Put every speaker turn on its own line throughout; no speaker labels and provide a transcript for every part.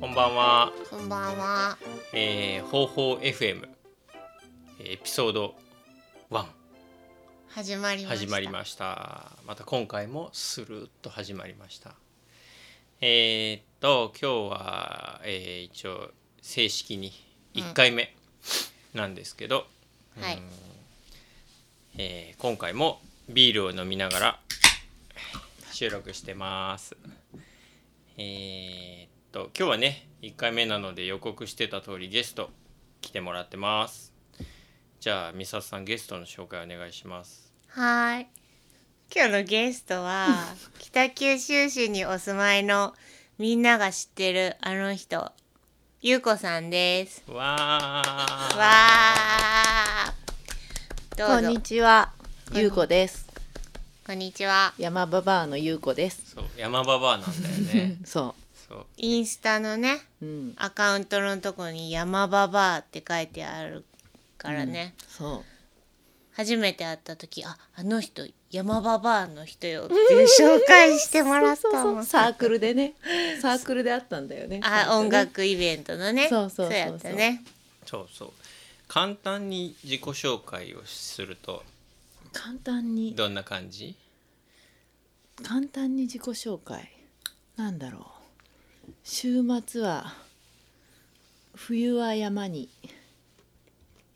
こんばんは、
こんばんは。
えー、方法 FM えーエピソード1
始まりました。
始まりましたまた今回もスルッと始まりましたえー、っと今日は、えー一応正式に1回目なんですけど、
す。はい。
えー今回もビールを飲みながら収録してますえーっと今日はね1回目なので予告してた通りゲスト来てもらってますじゃあ美里さんゲストの紹介お願いします
はーい。今日のゲス トは北九州市にお住まいのみんなが知ってるあの人、ゆうこさんです。
わー
わー。ど
こ
うんぞ。
にちは、ゆうこです。
こんにちは。
山ババアのゆうこです。
そう山ババアなんだよ ね
そ
そう
インスタのね、
う、うん、
アカウントのとこに山ババアって書いてあるからね。
そ
初めて会った時ああの人山ババアの人よ っていう紹介しても
う。
らったもん
サークルでね、サークルであったんだよね。
あ音
なんかね。
楽イベントのね
そうそうそうそう
やったね
そうそう簡単に自己紹介をすると
簡単に、
どんな感じ
簡単に自己紹介。なんだろう。週末は。冬は山に。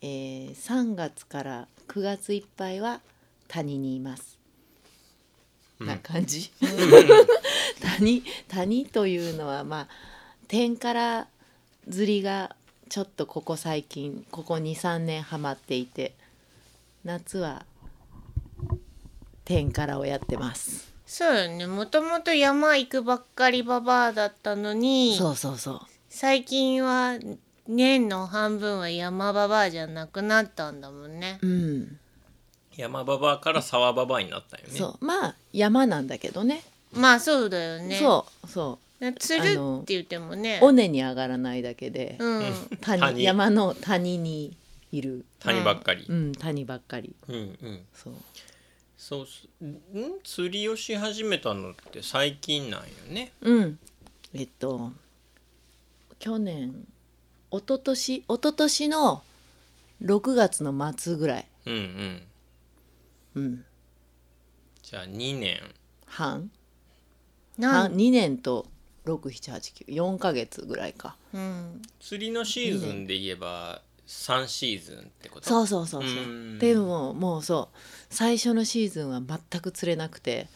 えー、3月から9月いっぱいは谷にいます。な感じ。 谷谷というのはまあ点からずりがちょっとここ最近ここ23年ハマっていて夏は点からをやってます
そうよねもともと山行くばっかりババアだったのに
そうそうそう
最近は年の半分は山ババアじゃなくなったんだもんね
うん
山ババアから沢ババアになったよね
そうまあ山なんだけどね
まあそうだよね
そうそう
つるって言ってもね
う尾根に上がらないだけで
うん
谷
谷
山の谷にいる
谷ばっかり、
うん谷ばっかり
うんうん
そう
そうっすん釣りをし始めたのって最近なんよね
うん。えっと去年一昨年一昨年の6月の末ぐらい、
うんうん
うん、
じゃあ2年
半
な
半
ん
2年と6789ヶ月ぐらいか
うん
釣りのシーズンで言えば3シーズンってこと
そうそうそうそう
うん
でももうそう最初のシーズンは全く釣れなくて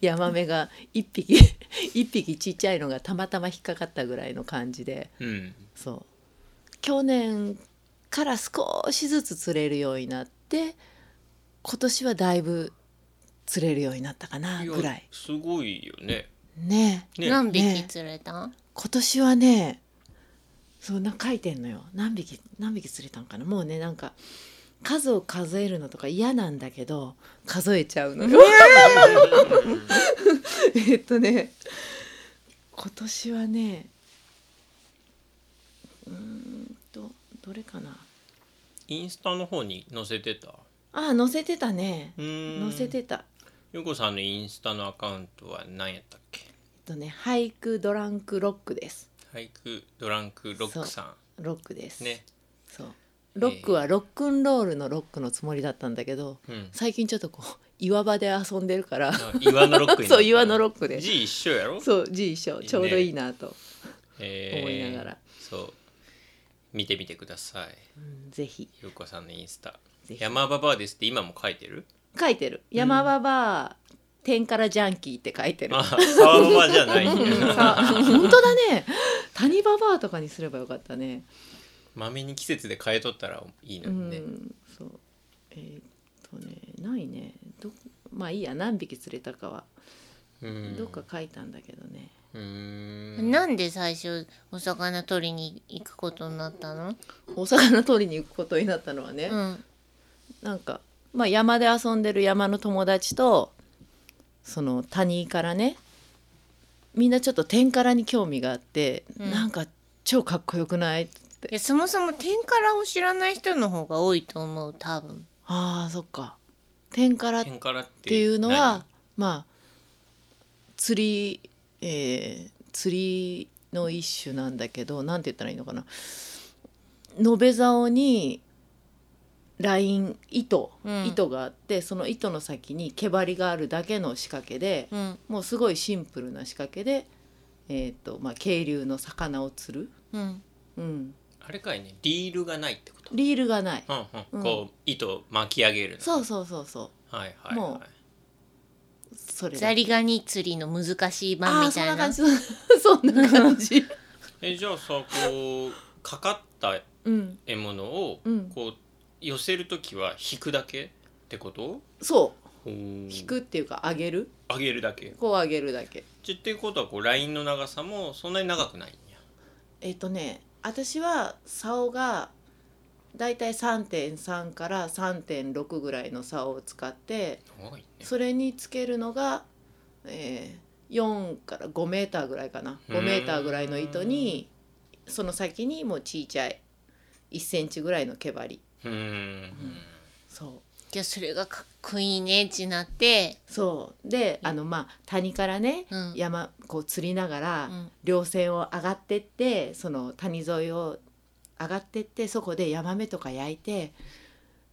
ヤマメが1匹1匹ちっちゃいのがたまたま引っかかったぐらいの感じで
うん
そう去年から少しずつ釣れるようになって今年はだいぶ釣れるようになったかなぐら
や
い
すごいよね
ねえ
ね
何匹
ね
釣れたん
今年はねそうな書いてんのよ何匹何匹釣れたんかなもうねなんか数を数えるのとか嫌なんだけど数えちゃうのよ えっとね今年はねうーんとどれかな
インスタの方に載せてた
あ載せてたね
うん
載せてた、
ゆうこさんのインスタのアカウントは何やったっけ
えっとね俳句ドランクロックです
俳句ドランクロックさ
ロックです
んね
そうロックはロックンロールのロックのつもりだったんだけど
うん
最近ちょっとこう 岩場で遊んでるから
あ岩のロックになった
そう岩のロックで
字一緒やろ
そう字一緒
ね
ちょうどいいなと、
え
思いながら
そう見てみてください
うんぜひ
ゆうこさんのインスタ
ぜひ
山ババアですって今も書いてる
書いてる「山場ば天からジャンキー」って書いてる
あ沢ババアじゃ ない
さあ本当だね谷ババアとかにすればよかったね
まめに季節で変えとったらいいの
う
にね、
んそうえーっとねないねどまあいいや何匹釣れたかは
うん
どっか書いたんだけどね、
うーん
なんで最初お魚取りに行くことになったの
お魚取りに行くことになったのはね、
うん
なんか、まあ、山で遊んでる山の友達とその谷からねみんなちょっと天からに興味があって、
うん
なんか超かっこよくない
いやそもそも天からを知らない人の方が多いと思う多分
あーそっか天からっ
天からって
いうのはまあ釣り、えー釣りの一種なんだけどなんて言ったらいいのかな延べ竿にライン糸、
うん
糸があってその糸の先に毛針があるだけの仕掛けで、
うん
もうすごいシンプルな仕掛けで、えーとまあ、渓流の魚を釣る、
うん
うん、
あれかいねリールがないってこと
リールがない、
うんう
うん
ん、こう糸を巻き上げるの
そうそうそうそう
はいはい
も
は
うそれだ
ザリガニ釣りの難しい版
あー
みたいな
そんな感じ そんな感じ
いえじゃあさこうかかった
うん
獲物を
うん
こう寄せる時は引くだけってこと
そう
引
引くっていうか上げる
上げるだけ
こう上げるだけ
ちっていうことはこうラインの長さもそんなに長くないんや
えっ、とね私は竿がだいたい3.3から3.6ぐらいの竿を使って
長いね
それにつけるのが、えー4から5メーターぐらいかな5メーターぐらいの糸にその先にもうちいちゃい1センチぐらいの毛針
うーん
そう
じゃあそれがかっこいいねってなって
そうで
うん
あのまあ谷からね、
うん
山こう釣りながら、
うん
稜線を上がってってその谷沿いを上がってってそこでヤマメとか焼いて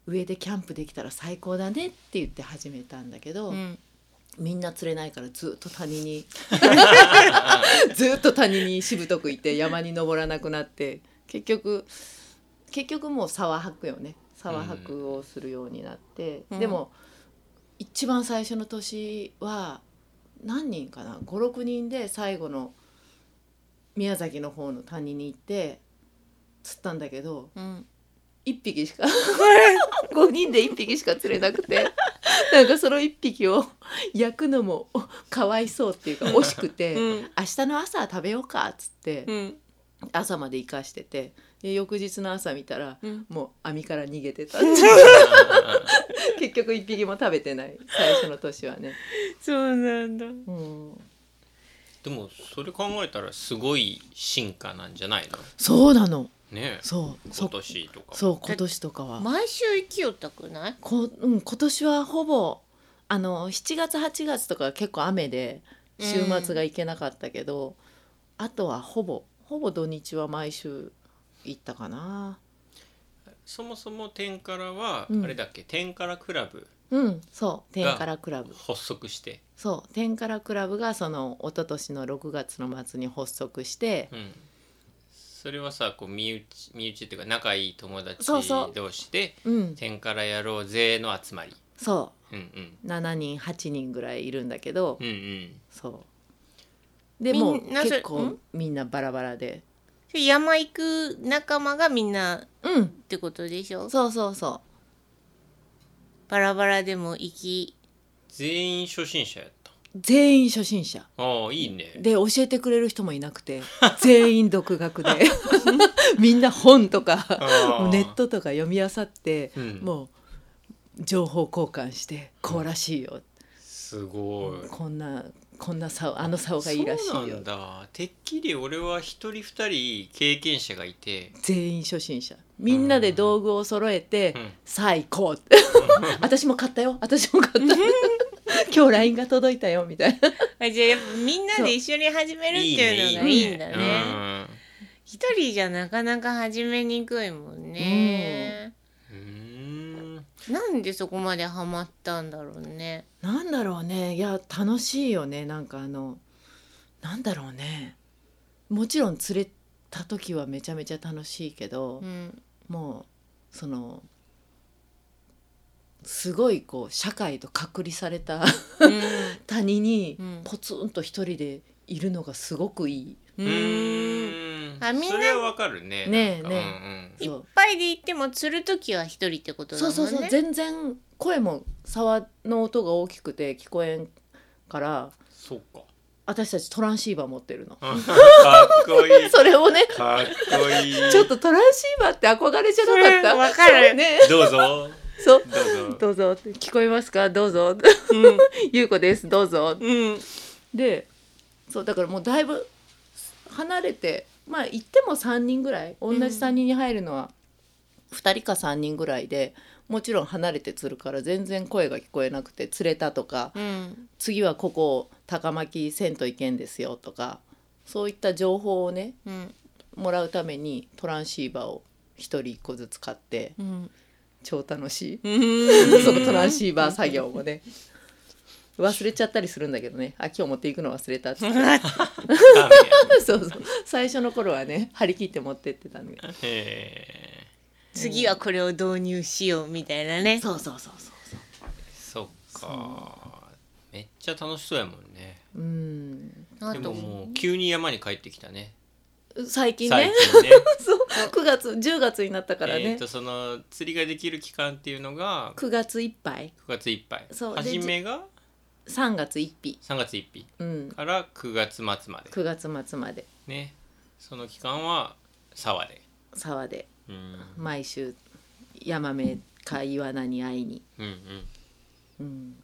上でキャンプできたら最高だねって言って始めたんだけど、
うん
みんな釣れないからずっと谷 にずっと谷にしぶとくいて山に登らなくなって結局結局もう沢泊よね沢泊をするようになって、
うん
でも一番最初の年は何人かな56人で最後の宮崎の方の谷に行って釣ったんだけど
うん
1匹 しか5人で1匹しか釣れなくてなんかその1匹を焼くのもおかわいそうっていうか惜しくて、
うん
明日の朝は食べようかっつって、
うん
朝まで生かしててで翌日の朝見たら
うん
もう網から逃げて たって結局1匹も食べてない最初の年はね。
そうなんだ
うん
でもそれ考えたらすごい進化なんじゃないの
そうなの
ねえ
そうそ
今年とか
そう今年とかは
毎週生きよったくない
こうん、今年はほぼあの7月8月とか結構雨で週末が行けなかったけど、あとはほぼほぼ土日は毎週行ったかな
そもそも天からは
うん
あれだっけ、天からクラブ
うんそう天からクラブ
発足して、
そう天からクラブがその一昨年の6月の末に発足して
うん、それはさこう身内身内っていうか仲いい友達
そうそう
同士で
うん
天からやろうぜの集まり
そ
うんうん
う7人8人ぐらいいるんだけど、
うんうん
そうで
みん
もう
なそれ
結構
ん
みんなバラバラで
それ山行く仲間がみんなっ
うん
てことでしょ
そうそうそ
バラバラでも行き
全員初心者やった
う全員初心者
ああいいね
で教えてくれる人もいなくて全員独学 でみんな本とか
あー
ネットとか読み漁って、
うん
もう情報交換してこうらしいよ、
すごい
こんなこんな竿あの竿がいいらしい
そうな
よ
んだてっきり俺は一人二人経験者がいて
全員初心者みんなで道具を揃えて
うん
「さあ行こう」って 私も買ったよ私も買 った 今日 LINE が届いたよみたいな
あじゃあやっぱみんなで一緒に始めるっていうのがいいんだ
いいね
ね一人じゃなかなか始めにくいもんね、
うんうーん
なんでそこまでハマったんだろうね
なんだろうねいや楽しいよねなんかあのなんだろうねもちろん釣れた時はめちゃめちゃ楽しいけど、
うん
もうそのすごいこう社会と隔離された
う
谷に
うん
ポツンと一人でいるのがすごくいい、
ん
う
うん
ーん
あみんな
それはわかるね
ね
な
え
んか
ね
うん
いっ
そう
ぱいで行っても釣る時は一人ってことだも
そ
んね
うそうそう全然声も沢の音が大きくて聞こえんから
うんそうか。
私たちトランシーバー持ってるの
かっこいい
それをね
かっこ いい
ちょっとトランシーバーって憧れじゃなか
そ
った。
れわかる
そうね。
どうぞ
そう。
どうぞ
どうぞって聞こえますか。どうぞ。ゆうこです。どうぞ。
うん
で、そうだからもうだいぶ離れて、まあ行っても三人ぐらい、同じ三人に入るのは二人か三人ぐらいで。もちろん離れて釣るから全然声が聞こえなくて釣れたとか
うん
次はここ高巻銭湯行けんですよとかそういった情報をね
うん
もらうためにトランシーバーを一人一個ずつ買って
うん
超楽し
う
い
ん
そのトランシーバー作業もね忘れちゃったりするんだけどねあ今日持っていくの忘れたっつって
ダメ
そうそう最初の頃はね張り切って持ってってたんだけど
え
次はこれを導入しようみたいなね
そうそうそうそうそう
ー、そっかめっちゃ楽しそうやもんね
うん
あ
で
と
ももう急に山に帰ってきたね
最近
最
ね
近ね
そう9月10月になったから
え
ね
っ、とその釣りができる期間っていうのが
9月いっぱい
9月いっぱい
そうで
初めが
3月1日、
3月1日
うん、
から9月末まで
9月末まで
ねその期間は沢で
沢で
うん
毎週ヤマメかイワナに会いに、
うんうん
うん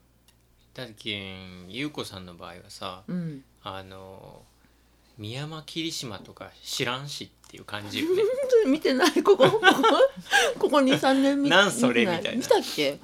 だけん優子さんの場合はさ
うん、
あの宮山霧島とか知らんしっていう感じよ ね
ちょっと見てないこ こここここ23年見
なんそれ
見て
みたいな
見たっけ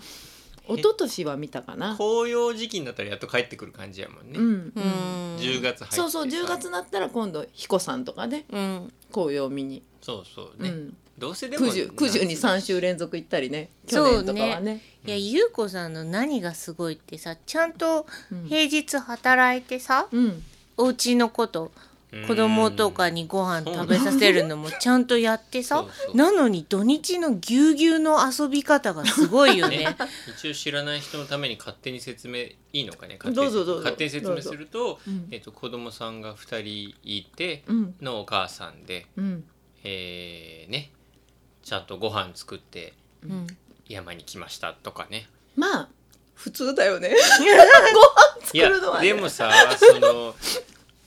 一昨年は見たかな、
紅葉時期になったらやっと帰ってくる感じやもんね、
うん、
う
う、
んん
10月入って
そうそう
さ
10月になったら今度彦さんとかね
うん
紅葉見に、
そうそうね、
うん、
どうせでも
九十九十に3週連続行ったりね去年とかはね
いやゆうこさんの何がすごいってさちゃんと
うん
平日働いてさ
うん
お家のこと
うん
子供とかにご飯食べさせるのもちゃんとやって
そ
さ
うそう
なのに土日のぎゅうぎゅうの遊び方がすごいよ ね
ね。一応知らない人のために勝手に説明いいのかね勝手に
どうぞどうぞ
勝手に説明すると、
うん
えっと、子供さんが2人いて
うん
のお母さんで、
うん
えーねちゃんとご飯作って
うん
山に来ましたとかね
まあ普通だよね
い
作
や
るのは
で
ね
もさその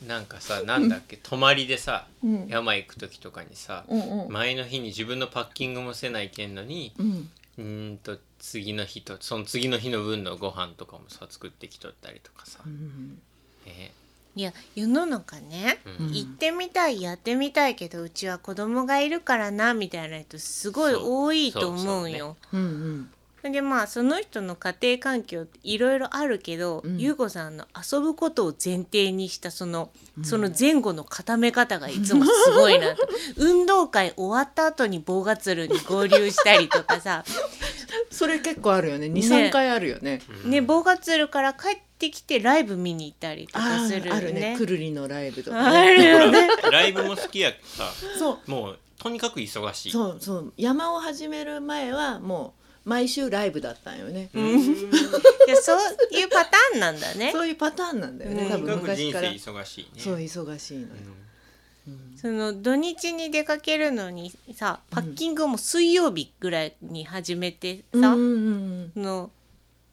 なんかさなんだっけ泊まりでさ
うん
山行く時とかにさ
うんうん
前の日に自分のパッキングもせないけんのに
うん
うーんと次の日とその次の日の分のご飯とかもさ作ってきとったりとかさ、
うん
ね
いや世の中ね
うん
行ってみたいやってみたいけどうちは子供がいるからなみたいな人すごい多いと思う
そう
よ。
うん
でまあその人の家庭環境っていろいろあるけど、
うん
ゆうこさんの遊ぶことを前提にしたその、
うん
その前後の固め方がいつもすごいな と運動会終わった後に棒ガツルに合流したりとかさ、
それ結構あるよね
ね
二三回あるよね
うん
ね、棒ガツルから帰ってきてライブ見に行ったりとか
あ
する
ー
よ
あるね
ね
く。るりのライブとか
あ
ね
るよ ね。
ライブも好きやけどさ
そ
もうとにかく忙し
う
い
そうそう山を始める前はもう毎週ライブだったんよね
うん
いやそういうパターンなんだね。
そういうパターンなんだよね
と
多
に
分
かく
昔
人生
から
忙しいね
そう忙しいのよ
うん
うん
その土日に出かけるのにさパッキングをもう水曜日ぐらいに始めてさ、
うんうん
その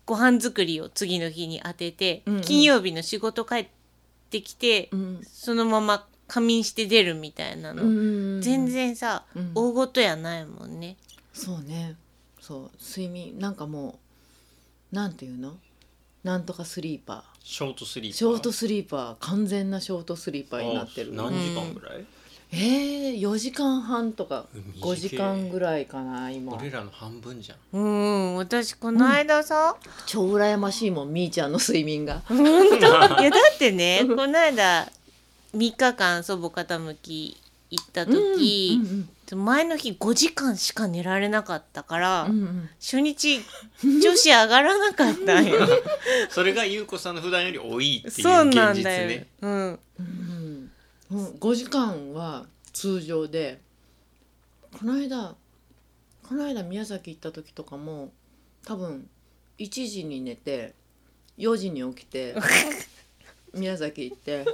ご飯作りを次の日に当てて、
うんうん
金曜日の仕事帰ってきて、
うん
そのまま仮眠して出るみたいなの、
うん
全然さ、
うん
大ごとやないもんね。
そうねそう睡眠なんかもうなんていうのなんとかスリーパ
ショートスリー
ー
パー
ショートスリーパー完全なショートスリーパーになってる
あ何時間ぐらい、
えー、4時間半とか
短い
5時間ぐらいかな今
俺らの半分じゃん
うん、私この間さ、
超羨ましいもんみーちゃんの睡眠が
本当 いやだってねこの間3日間祖母傾き行った時、前の日5時間しか寝られなかったから、
うんうんうん
初日女子上がらなかったん よ
それが優子さんの普段より多いってい
そう
う現
な
実
んだよ、
ね
うん
うんうんうん、5時間は通常でこの間この間宮崎行った時とかも多分1時に寝て4時に起きて宮崎行って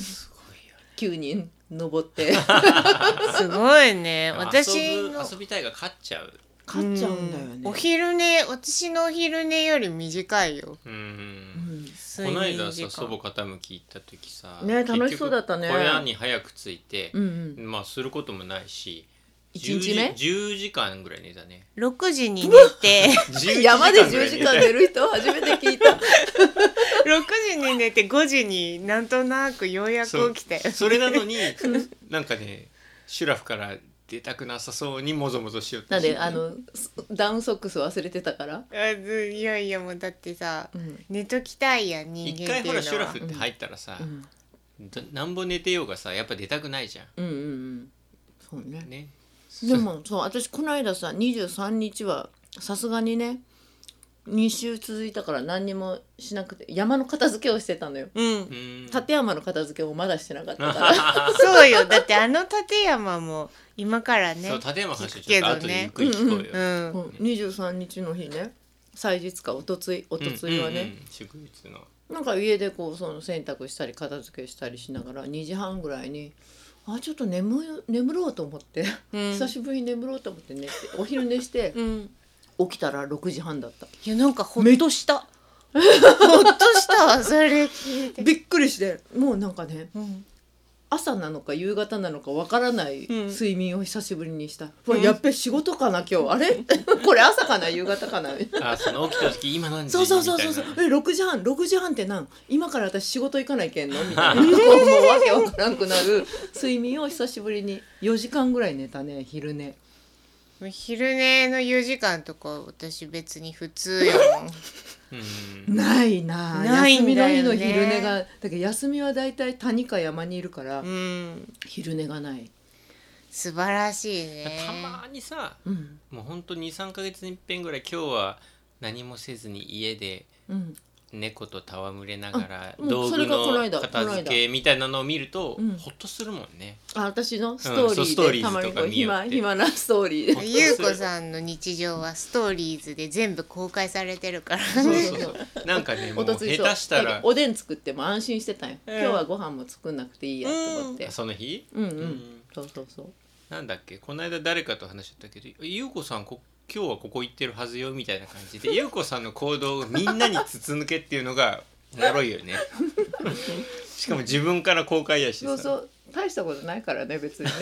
すごいよね
9人登って
すごいね私
遊ぶ
の
遊びたいが勝っちゃう
勝っちゃうんだよね
う。お昼寝私のお昼寝より短いよ
う
うんん
こ
睡
の
眠
間
時
さ
間
祖母傾き行った時さ
ね楽しそうだったね
結局小屋に早く着いて
う、んうん、
まあすることもないし
一日目
10, 時10時間ぐらい寝たね
6時に寝て
山で
ぐら
10
い
時
寝た
間寝る人初めて聞いた
6時に寝て5時になんとなくようやく起きたよ
それなのになんかねシュラフから出たくなさそうにもぞもぞしよって
なん であのすダウンソックス忘れてたから、
あずいやいやもうだってさ
うん
寝ときたいやん人
一
間
回
って
ほ
い
ら
う
シュ
の
ラ
は
フって入ったらさ、
うん
だなんぼ寝てようがさやっぱ出たくないじゃ
うんうんうんそうね
んね
でもそう私この間さ23日はさすがにね2週続いたから何にもしなくて山の片付けをしてたのよ
う
うんん
立山の片付けをまだしてなかったから
そうよだってあの立山も今からね
そう立山の話をちょっと
聞くけ
後
ど
でゆっ
ね
くり聞こうよ、
うん
うん23日の日ね祭日かおとついおとついはね、
うんうんうん祝日の
なんか家でこうその洗濯したり片付けしたりしながら2時半ぐらいにあちょっと眠い眠ろうと思って、
うん
久しぶりに眠ろうと思って寝てお昼寝して
うん
起きたら6時半だった
いやなんかほっとした ほっとしたわそれ聞いて、
びっくりしてもうなんかね
うん、
朝なのか夕方なのかわからない
うん
睡眠を久しぶりにした、うわ
うん
やっべ仕事かな今日あれ これ朝かな夕方かな
あその起きた時今何時
そうそうそうそうそう
みたい
え6時半6時半ってなん今から私仕事行かないけん のみたいなこうもうわけわからんくなる睡眠を久しぶりに4時間ぐらい寝たね昼寝
昼寝の4時間とか私別に普通よ
なうん
ないなあ
ない
休み
ん
の
だよ
日
ね
の昼寝がだけど休みは大体谷か山にいる から、
うん
昼寝がない、
素晴らしいね
たまにさ
うん
もうほんと23か月に一遍ぐらい今日は何もせずに家で
うん
猫と戯れながら
うん
道
そ
具
れがこの間
の片付けみたいなのを見ると
うん
ほっとするもんね。
あ私のストー
うんそう
リ
ストー
ー
リ
で
ーズ
たまにこう
とか見よっ
暇
て
暇なストーリーで
ゆうこさんの日常はストーリーズで全部公開されてるから
そう
ね
そうそうなんかねも
お
う
と
下
つ
手
い
したら
おでん作っても安心してたんよ、
うん
今日はご飯も作んなくていいやと思って、
その日
うん、うん
うん
そうそうそう
なんだっけこの間誰かと話してたけど「ゆうこさんこ今日はここ行ってるはずよ」みたいな感じ でゆうこさんの行動をみんなに筒抜けっていうのがおもろいよ ね。しかも自分から公開やし
そうそ
さ
う大したことないからね別にね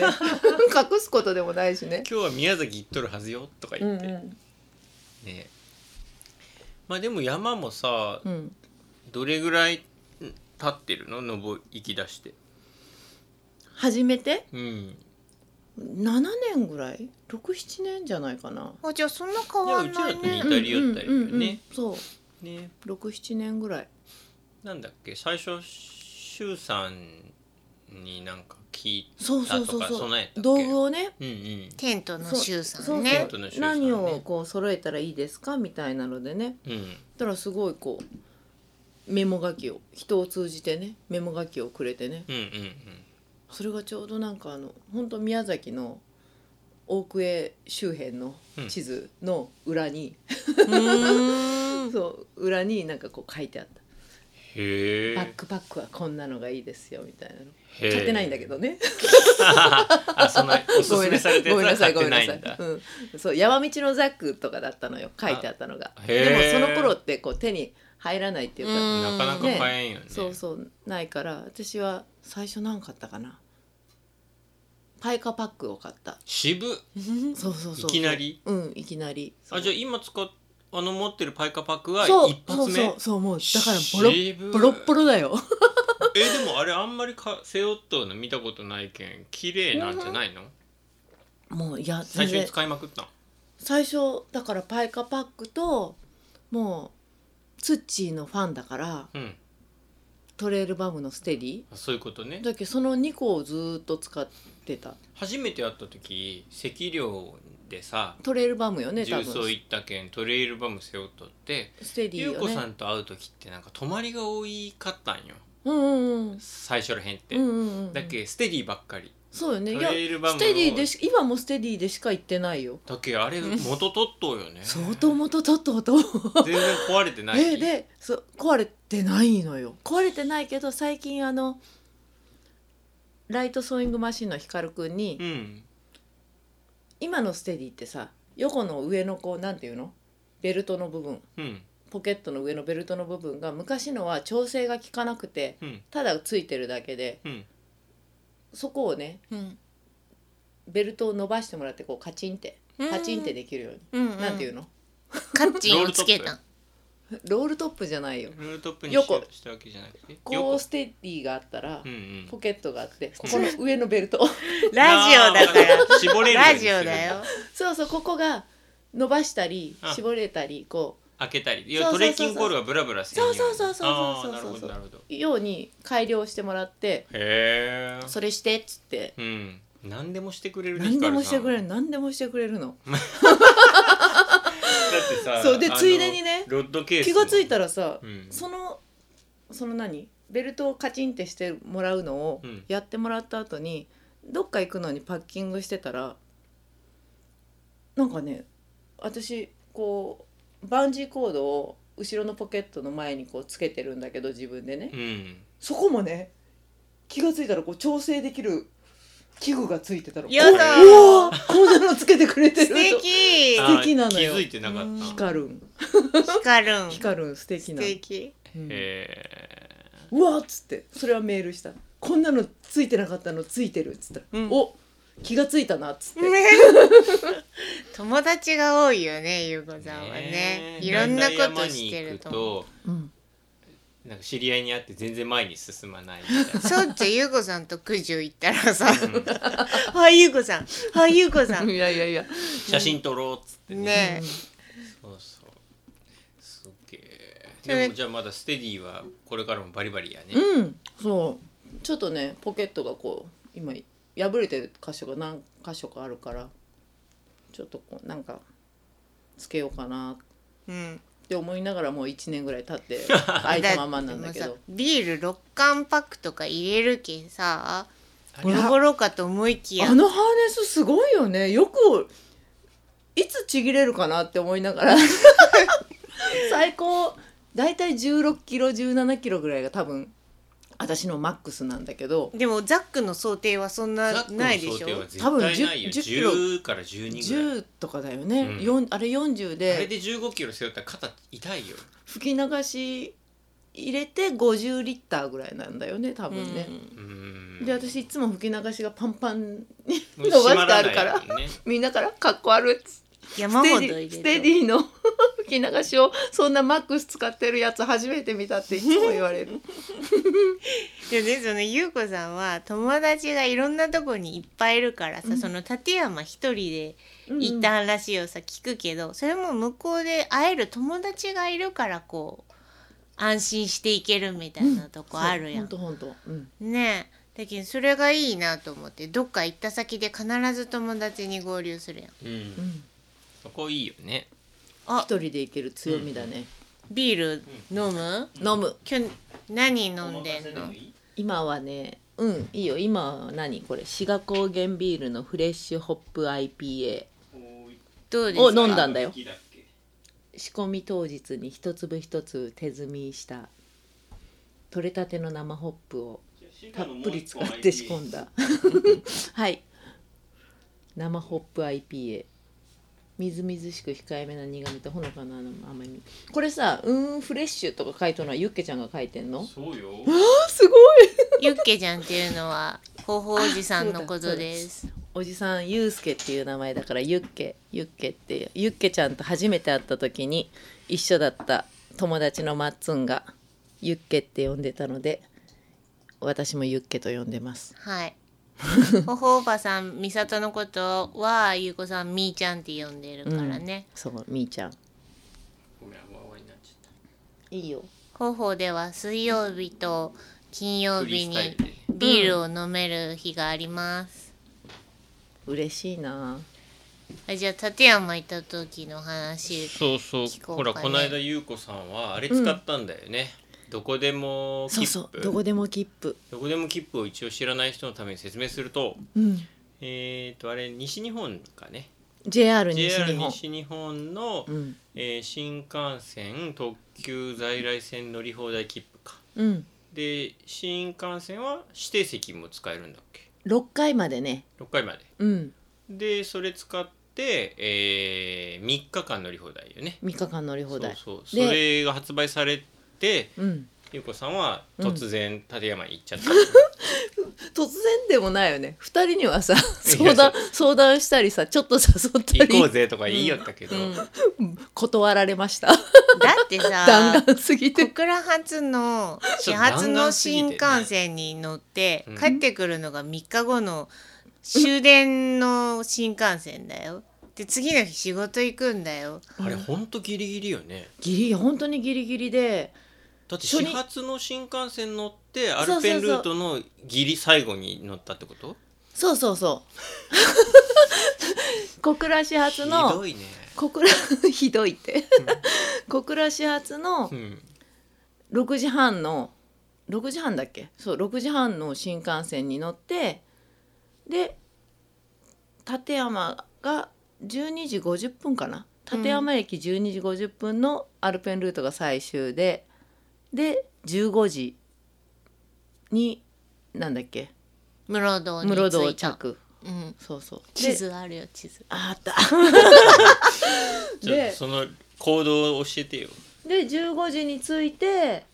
隠すことでもないしね
「今日は宮崎行っとるはずよ」とか
う
言
ん
って、
うん
ねまあでも山もさ
うん
どれぐらいん経ってるの登り行き出して
初めて
うん
7年ぐらい67年じゃないかな
あじゃあそんな変わんない
いやうちだ
ね
と似たり寄ったりだよね
うんうんうんそう
ね
67年ぐらい
なんだっけ最初しゅうさんになんか聞い
そう
た
そう
と
そう
かそん
そ
なんやったっけ
う道具をね
うんうん
テントの
そう
シュウさ
そ
ん
う
テン
ね
トのシュウさんね
何をこう揃えたらいいですかみたいなのでね
うん
だからすごいこうメモ書きを人を通じてねメモ書きをくれてね
うんうん
それがちょうどなんかあの本当宮崎の大久江周辺の地図の裏に、
うーん
そう裏になんかこう書いてあった
へえ
バックパックはこんなのがいいですよみたいなの
へー
買ってないんだけどね
あそのおす
ごめ
す
ん
め
な
さ
さ
れたや
いご
つ
めん
は
な
買ってな
さいごめんなさ
いん
い
だ、
うん、そう山道のザックとかだったのよ書いてあったのが
あ
でも
へー
その頃ってこう手に入らないっていうか、
う
な
ん
かなか買えんよね
そうそうないから私は最初何買ったかなパイカパックを買った
渋
そうそうそう
いきなり
うんいきなり
あじゃあ今使っあの持ってるパイカパックは
そう
一発目
そうそうそうもうだからボロッ
渋い
ボロッボロだよ
えでもあれあんまりか背負っとうの見たことないけん綺麗なんじゃないの
もういや
最初
全
に
然
使いまくったの
最初だからパイカパックともうツッチーのファンだから
うん
トレイルバムのステディ
あそういうことね
だけどその2個をずーっと使ってた
初めて会った時赤量でさ
トレイルバムよね多
重
分
曹行ったけんトレイルバム背負っとって
ステディ
ゆう
よ
こさ
ね
んと会う時ってなんか泊まりが多いかったんよ
うんうんうん
最初らへんって、
うんうんうん
だっけステディばっかり
そうよねい
ト
や
レイルバム
ス
を
テディでし今もステディでしか行ってないよ
だっけあれ元取っとうよね
相当元取っとうと思う
全然壊れてない
えでそう壊れてないのよ壊れてないけど最近あのライトソーイングマシンのヒカルくんに、
うん
今のステディってさ横の上のこうなんていうのベルトの部分
うん
ポケットの上のベルトの部分が昔のは調整が効かなくて
うん
ただついてるだけで
うん
そこをね
うん
ベルトを伸ばしてもらってこうカチンってカチンってできるように、
うん
なんていう
の
の
カッチンをつけた
ロールトップじゃないよ
ルールトップにし
横
したわけじゃなくて
こうステディがあったら、
うんうん
ポケットがあってここの上のベル ト
ラジオだから
あー絞れるよう
ラ
にす
ジ
る
オだよ
そうそうここが伸ばしたり
あ
絞れたりこう
開けたりいや
そう
ト
そうそ
レッキン
うそう
グコールはブラブラ専用
そうそうそう
あー
そう
なる
そう
ほ
そ
ど
う
なるほど
ように改良してもらって
へ
それしてっつって
えうん何でもしてくれるね
何でもしてくれ
ヒ
る何でもしてくれるの
カルさんだってさ
そうで
あの
ついでにね
ロッドケース
気がついた
ら
らさ
うん
そのその何ベルトをカチンってしてもらうのを
うん
やってもらった後にどっか行くのにパッキングしてたらなんかね私こうバンジーコードを後ろのポケットの前にこうつけてるんだけど自分でね
うん
そこもね気がついたらこう調整できる器具がついてたら
やだ
こううわーこんなのつけてくれてる
素敵
素敵なのよ
あー気づいてなか
うん
った
光るん
光るん素
光るん素敵な、
敵
うん
へ
うわっつってそれはメールしたこんなのついてなかったのついてるっつった
う
ら、
ん
お気がついたなっつって、
ね 友達が多いよねゆうこ
え
さんは
ね
ね
え
いろんなことしてると思う
だんだん山に行くとなんか知り合いに会って全然前に進まないみたいな
しょっちゅうゆうこさんと九十行ったらさ
うん
「はいゆうこさんはいゆうこさん
いやいやいや、
写真撮ろうっつって」
ね
そうそうすっげえ
それ
でもじゃあまだステディはこれからもバリバリやね
うんそうちょっとねポケットがこう今破れてる箇所が何箇所かあるからちょっとこうなんかつけようかな
えうん
って思いながらもう1年ぐらい経って 開いたままなんだけ
でも
ど
さビール六缶パックとか入れるけんさ
あ
ボロボロかと思いきや
あのハーネスすごいよねよくいつちぎれるかなって思いな がら最高だいたい16キロ17キロぐらいが多分私のマックスなんだけど
でもザックの想定はそん
ザッ
な
クの
ないでし
想定
ょ
は絶対ないよ
多分10 10キロ
10から12ぐらい
10とかだよね、
うん
よんあれ40
あれ
で
で15キロ背負ったら肩痛いよ
吹き流し入れて50リッターぐらいなんだよね多分ね、
うーん
で私いつも吹き流しがパンパンに
もう
伸ばして
閉ま
あるから
ないもんね
みんなから「かっこ悪い」っつって
山
ス
ほど
テデ
入れ
ィ
て
ステディの 吹き流しをそんなマックス使ってるやつ初めて見たっていつも言われる
でねその優子さんは友達がいろんなとこにいっぱいいるからさ、
うん
その立山一人で行った話をさ聞くけど、それも向こうで会える友達がいるからこう安心していけるみたいなとこあるやん。
そうほんとほんと、うん
ねえだけどそれがいいなと思ってどっか行った先で必ず友達に合流するやん。
う
うんん
そこいいよね
一人で行ける強みだね、
ビール飲む、
うん
飲む
今日何飲んでんの
今はねうんいいよ今は何これ志賀高原ビールのフレッシュホップ IPA
どうです
お
か
飲んだんだよ仕込み当日に一粒一粒手摘みした取れたての生ホップをたっぷり使って仕込んだはい生ホップ IPA みずみずしく控えめな苦みとほのかな甘みこれさ「うーんフレッシュ」とか書いたのはユッケちゃんが書いてんの
そうよ
あすごい
ユッケちゃんっていうのはほほおじさんのことです。
おじさんユうスケっていう名前だからユッケユッケってユッケちゃんと初めて会った時に一緒だった友達のマッツンがユッケって呼んでたので私もユッケと呼んでます
はい。 ほほおばさん、みさとのことは、ゆうこさん、みーちゃんって呼んでるからね。
そうみーちゃん
ごめんあわわになっちゃっ
いいよ
ほほでは水曜日と金
た
曜
フリ
日
ースタイ
に
ルでね
ビールを飲める日があります。
嬉しいな
あじゃあ、立山行った時の話。
そうそう
聞こう
ほら
かね
この間優子さんはあれ使ったんだよねどこでも
そう
切
そう
符
どこでも切符
どこでも切符を一応知らない人のために説明すると
うん
えっとあれ西日本かね
JR 西
JR
日本
西日本の
うん
えー新幹線特急在来線乗り放題切符か
うん
で新幹線は指定席も使えるんだっけ
6回までね
6回まで
うん
でそれ使って、え3日間乗り放題よね
3日間乗り放題
そうそう
で
それが発売されて
うん
ゆうこさんは突然立山に行っちゃ った、
突然でもないよね二人にはさ
や
相談相談したりさちょっと誘ったり
行こうぜとか言いよったけど、
うん断られました
だっ て
弾
さ、
丸すぎ
小
て
倉発の始発の新幹線に乗って
うん
帰ってくるのが3日後の終電の新幹線だよ。で次の日仕事行くんだよ
あれほんとギリギリよね
ギリ本当にギリギリで
だって
初
始
日
発の新幹線乗ってア
うそうそう
ルペンルートのギリ最後に乗ったってこと
そうそうそう 小倉始発
ひ
の
どいね、
小倉 ひどいって小倉始発の
うん、
6時半の6時半だっけそう6時半の新幹線に乗ってで立山が12時50分かな立山駅12時50分のアルペンルートが最終で、で15時になんだっけ
室堂に着いた
室堂着
うん、
そうそう
地
で
図あるよ地図
ああった
ちょっ
で
とその行動を教えてよ
で15時に着いて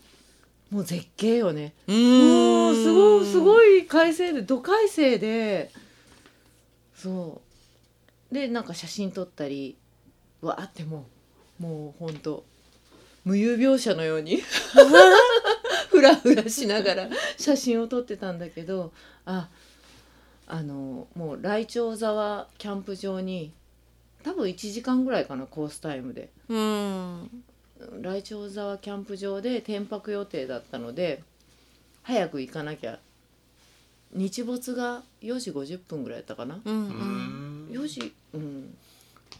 もう絶景よね
う
もうすごいす
い
ごい快晴でど快晴でそうでなんか写真撮ったりわあってもうもうほんと無遊病者のように ふらふらしながら写真を撮ってたんだけどああのもう来鳥沢キャンプ場に多分1時間ぐらいかなコースタイムで
うん
来鳥沢キャンプ場で転泊予定だったので早く行かなきゃ日没が4時50分ぐらいだったかな、
う
うんん
4時うん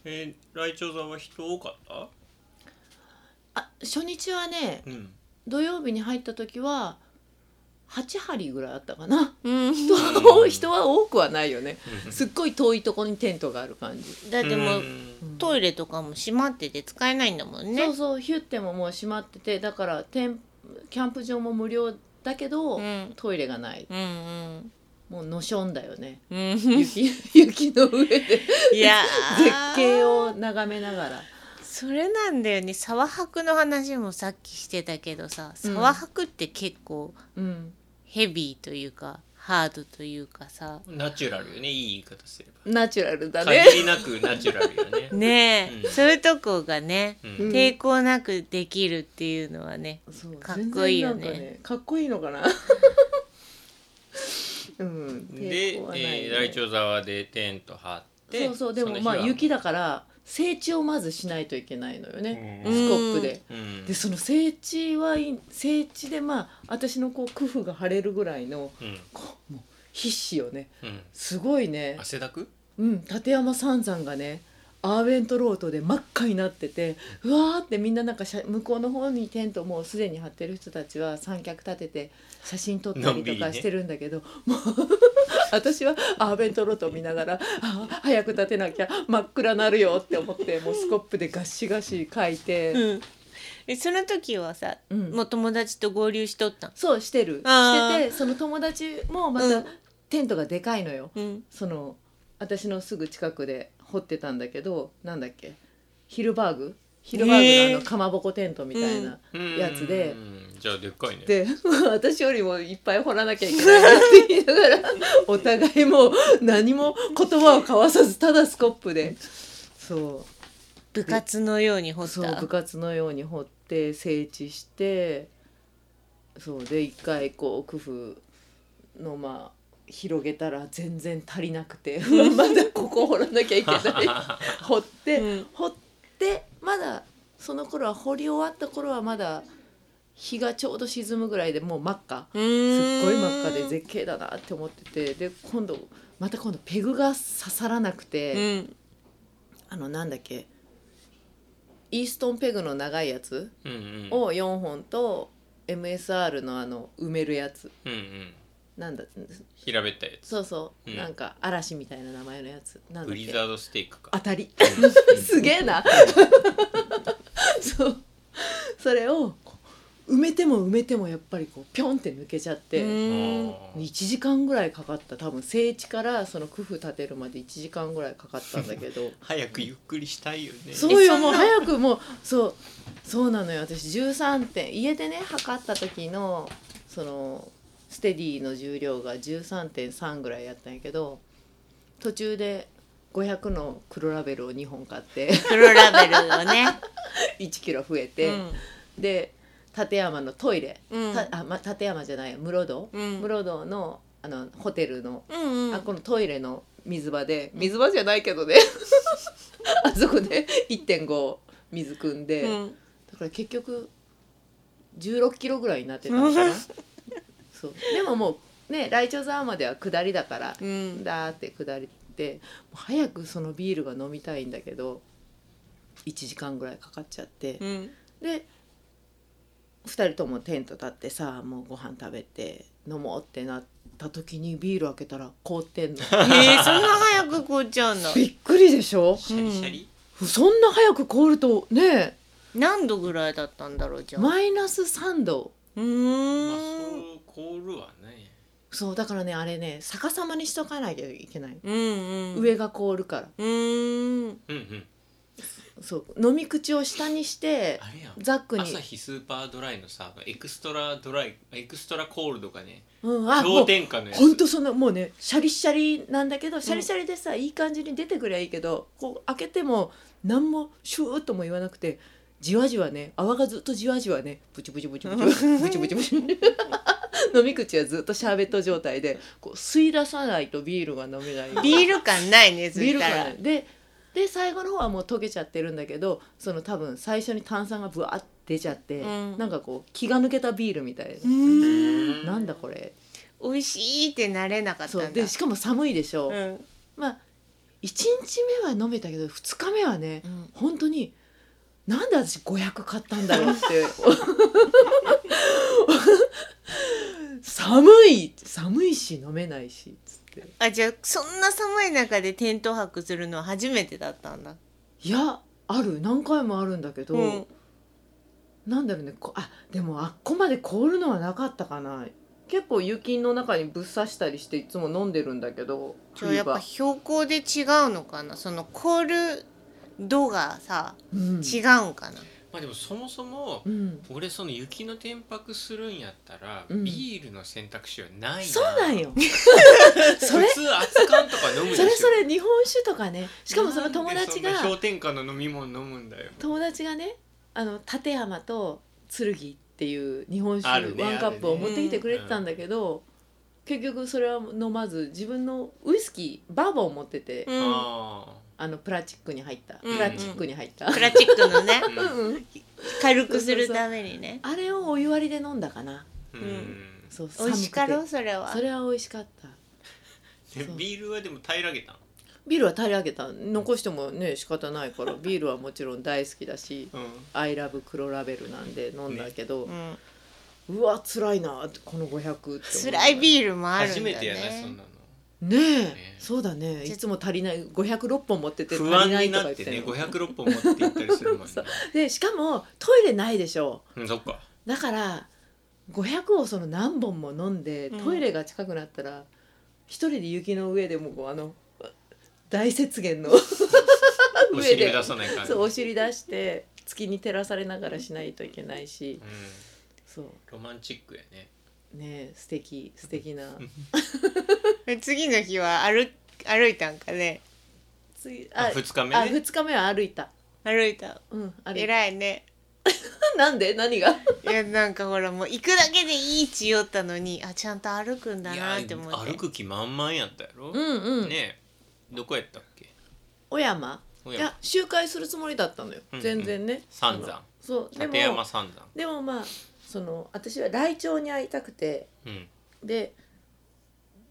えー、来鳥沢人多かった
あ初日はね
うん
土曜日に入った時は8針ぐらいあったかな
うん、うん、
人は多い 人は多くはないよねす
っ
っごい遠いとこにテントがある感じ、
だってもう、
うん
トイレとかも閉まってて使えないんだもんね
そうそうヒュッてももう閉まっててだからテンキャンプ場も無料だけど、
うん
トイレがない
うんうん
もうのしょんだよね
うん
雪 雪の上で
いやー
絶 景を眺めながら
それなんだよね沢泊の話もさっきしてたけどさ
うん
沢泊って結構
うん
ヘビーというか、ハードというかさ
ナチュラルよねいい言い方すれば
ナチュラルだね
限りなくナチュラルよね
ねえ、
うん
そういうとこがね、
うん
うん
抵抗なくできるっていうのはね
そう
かっこいいよね
全然なんかかっこいいのかな うん
で、
抵抗はない
え
ね
ー、来鳥沢でテント張って
そうそうでもまあ雪だから整地をまずしないといけないのよね、
ね
うん
スコップで。
うん
でその整地はいい整地でまあ私のこう工夫が晴れるぐらいの
うん
こうもう必死よね
うん
すごいね
汗だく
うん、立山三山がねアーウェントロードで真っ赤になっててうわーってみんななんかしゃ向こうの方にテントもうすでに張ってる人たちは三脚立てて写真撮った
のん
り
び
と
りね
かしてるんだけど、もう 私はアーウェントロードを見ながらあー早く立てなきゃ真っ暗なるよって思ってもうスコップでガシガシ書いて、
うんでその時はさ、
うん
もう友達と合流しとったん
そうしてる
あー
しててその友達もま
う
た
ん
テントがでかいのよ。
うん
その私のすぐ近くで掘ってたんだけどなんだっけヒルバーグヒルバーグのあ
へ
のかまぼこテントみたいな、やつで
うんじゃあでっかいね
で 私よりもいっぱい掘らなきゃいけないなって言いながらお互いもう何も言葉を交わさずただスコップでそ
部活のように掘
う
っ
そう
た
部活のように掘って整地してそうで一回こう工夫のまあ広げたら全然足りなくて まだここ掘らなきゃいけない掘って、
うん
掘ってまだその頃は掘り終わった頃はまだ日がちょうど沈むぐらいでもう真っ赤
すっ
すっごい真っ赤で絶景だなって思っててで今度また今度ペグが刺さらなくて、
うん
あのなんだっけイーストンペグの長いやつ
うんうん
を4本と MSR のあの埋めるやつ
うんうん
なんだ
平べったいやつ
そうそう、
うん
なんか嵐みたいな名前のやつなんだ
ブ
っ
リ
け
ザードステーク
当
か
たり
うん
すげえなそうそれをこう埋めても埋めてもやっぱりこうピョンって抜けちゃって、
う
うん
ん
1時間ぐらいかかった多分整地からその工夫立てるまで1時間ぐらいかかったんだけど
早くゆっくりしたいよね
そうよ
えそんな
もう早くもうそうそうなのよ私13点家でね測った時のそのステディの重量が13.3ぐらいやったんやけど途中で500の黒ラベルを2本買って
黒ラベルをね
1キロ増えて、で立山のトイレ、
うん
たあ、ま、立山じゃない室堂、
うん
室堂のあのホテルの、
うんうん
あこのトイレの水場で水場じゃないけどねあそこで1.5水汲んで、
うん
だから結局16キロぐらいになってたのか なそうでももうねライチョウ沢までは下りだから、
うん
だーって下りってもう早くそのビールが飲みたいんだけど1時間ぐらいかかっちゃっ て、
うん
で2人ともテント立ってさもうご飯食べて飲もうってなった時にビール開けたら凍っ てんの
えー、そんな早く凍っちゃうんだ
びっくりでしょ
シャリシャリ、
そんな早く凍るとね
何度ぐらいだったんだろうじゃあ
マイナス3度
う
まあ
ーん
そう凍るわね
そうだからねあれね逆さまにしとかなきゃいけない、
うんうん
上が凍るから
うーん
うんうん
そう飲み口を下にして
あれやん
ザックに
朝日スーパードライのさエクストラドライエクストラコールドかね
うん、あも
氷
う
点下のやつ
ほんとそのもうねシャリシャリなんだけどシャリシャリでさ、いい感じに出てくりゃいいけどこう開けても何もシューッとも言わなくてじわじわね泡がずっとじわじわねブチブチブチブチ ブチブチブ チ飲み口はずっとシャーベット状態でこう吸い出さないとビールが飲めない
ビール感ないねそ
ビー
し
ル
た
かららでで最後の方はもう溶けちゃってるんだけどその多分最初に炭酸がぶわーって出ちゃって、
うん
なんかこう気が抜けたビールみたいな
う、ーん
なんだこれ
美味しいってなれなかったん
そ
だ
うでしかも寒いでしょ、
うん
まあ1日目は飲めたけど2日目はね
うん
本当になんで私500買ったんだろうって 寒い寒いし飲めないしっつって
あじゃあそんな寒い中でテント泊するのは初めてだったんだ
いやある何回もあるんだけど、
うん
なんだろうねこあでもあっこまで凍るのはなかったかな結構雪の中にぶっ刺したりしていつも飲んでるんだけど
じゃあやっぱ
冬
標高で違うのかなその凍る度がさ
場うん
違うんかな
まあでもそもそも
うん
俺その雪の天白するんやったら、
うん
ビールの選択肢はないな
そうな んよそれ
普通熱燗とか飲むでし
そ
ょ
れそれ日本酒とかねしかもその友達が
なんでそんな氷点下の飲み物飲むんだよ
友達がねあの立山と剣っていう日本
あ
酒、
るね
ワンカップを持ってきてくれて
う
た
ん
んだけど、結局それは飲まず自分のウイスキーバーボンを持ってて、
うん
あ
あのプラチックに入った、
うん
プラチックに入った、
プラチックの ね
あうん
うんうん
軽くするためにね
あれをお湯割りで飲んだかな
うん
そう寒
美味しかろ
く
うそれ
て
は
それは美味しかった
で
そう
ビールはでも平らげたの
ビールは平らげた残してもね仕方ないからビールはもちろん大好きだし「アイラブ黒ラベル」なんで飲んだけど、
うん
うわ辛いなってこの500って思う
辛いビールもあるんだ
初
ね
めてやないそんなの
ねえ
ね
そうだね
ちょ
いつも足りない506本持ってて足
不
り
安
ない
に
と
な
か
っ
言ってて
ね
んの
506本持って行ったりするもんね
そうでしかもトイレないでしょ
うんそっか
だから500をその何本も飲んで
うん
トイレが近くなったら、一人で雪の上でもこうあの大雪原の
お
上
尻
で
を出さないから
そうお尻出して月に照らされながらしないといけないし
うん
そ
ロマンチックやね
うねえ素敵素敵な
え次の日は歩歩いたんかね
次あ
あ二日
あ
目ね
二日目は歩いた
歩いた
うん歩いた
偉いね
なんで何が
いやなんかほらもう行くだけでいいって言おったのにあちゃんと歩くんだ
い
な
や
って思って
歩く気満々やったやろ
うんうん
ねえどこやったっけ
小山
小
い
山
や集会するつもりだったのよ、
うんうん
全然ね
三山
そうで
立山
も
三山
でもまあその私はライチョウに会いたくて
うん
で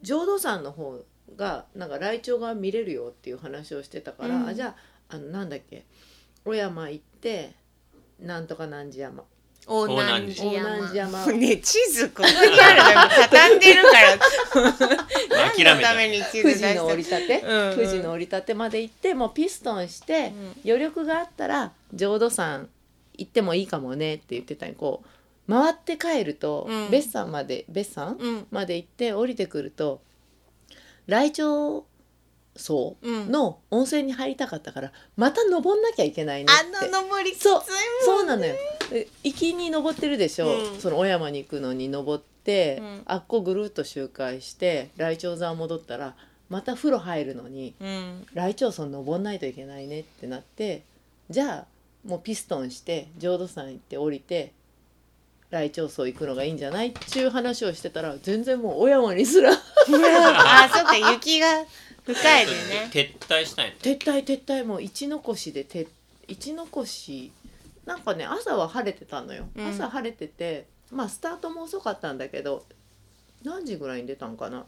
浄土山の方がなんかライチョウが見れるよっていう話をしてたから、
うん
あじゃああのなんだっけ小山行ってなんとか何時山
大
南
南
寺
寺山
大南寺山
ね地図ここにあるのに畳んでるから
諦
何の
め
た
た
めに地図出
富士
した
の折り立て
うんうん
富士の折り立てまで行ってもうピストンして、
うん
余力があったら浄土山行ってもいいかもねって言ってたんよこう回って帰ると、
うん
別山まで別山
うん
まで行って降りてくると来鳥荘
うん
の温泉に入りたかったからまた登んなきゃいけないねって
あの登りきつい
そ
も
うんそうなのよで行きに登ってるでしょ、
うん
その小山に行くのに登って、
うん
あっこぐるっと周回して来鳥沢戻ったらまた風呂入るのに
うん
来鳥村登んないといけないねってなってじゃあもうピストンして浄土山行って降りて来鳥荘行くのがいいんじゃないっていう話をしてたら全然もう小山にすら
あそっか雪が深いですね
撤退したんやった
撤退撤退もう一残しでて一残しなんかね朝は晴れてたのよ、
うん
朝晴れててまあスタートも遅かったんだけど何時ぐらいに出たんかな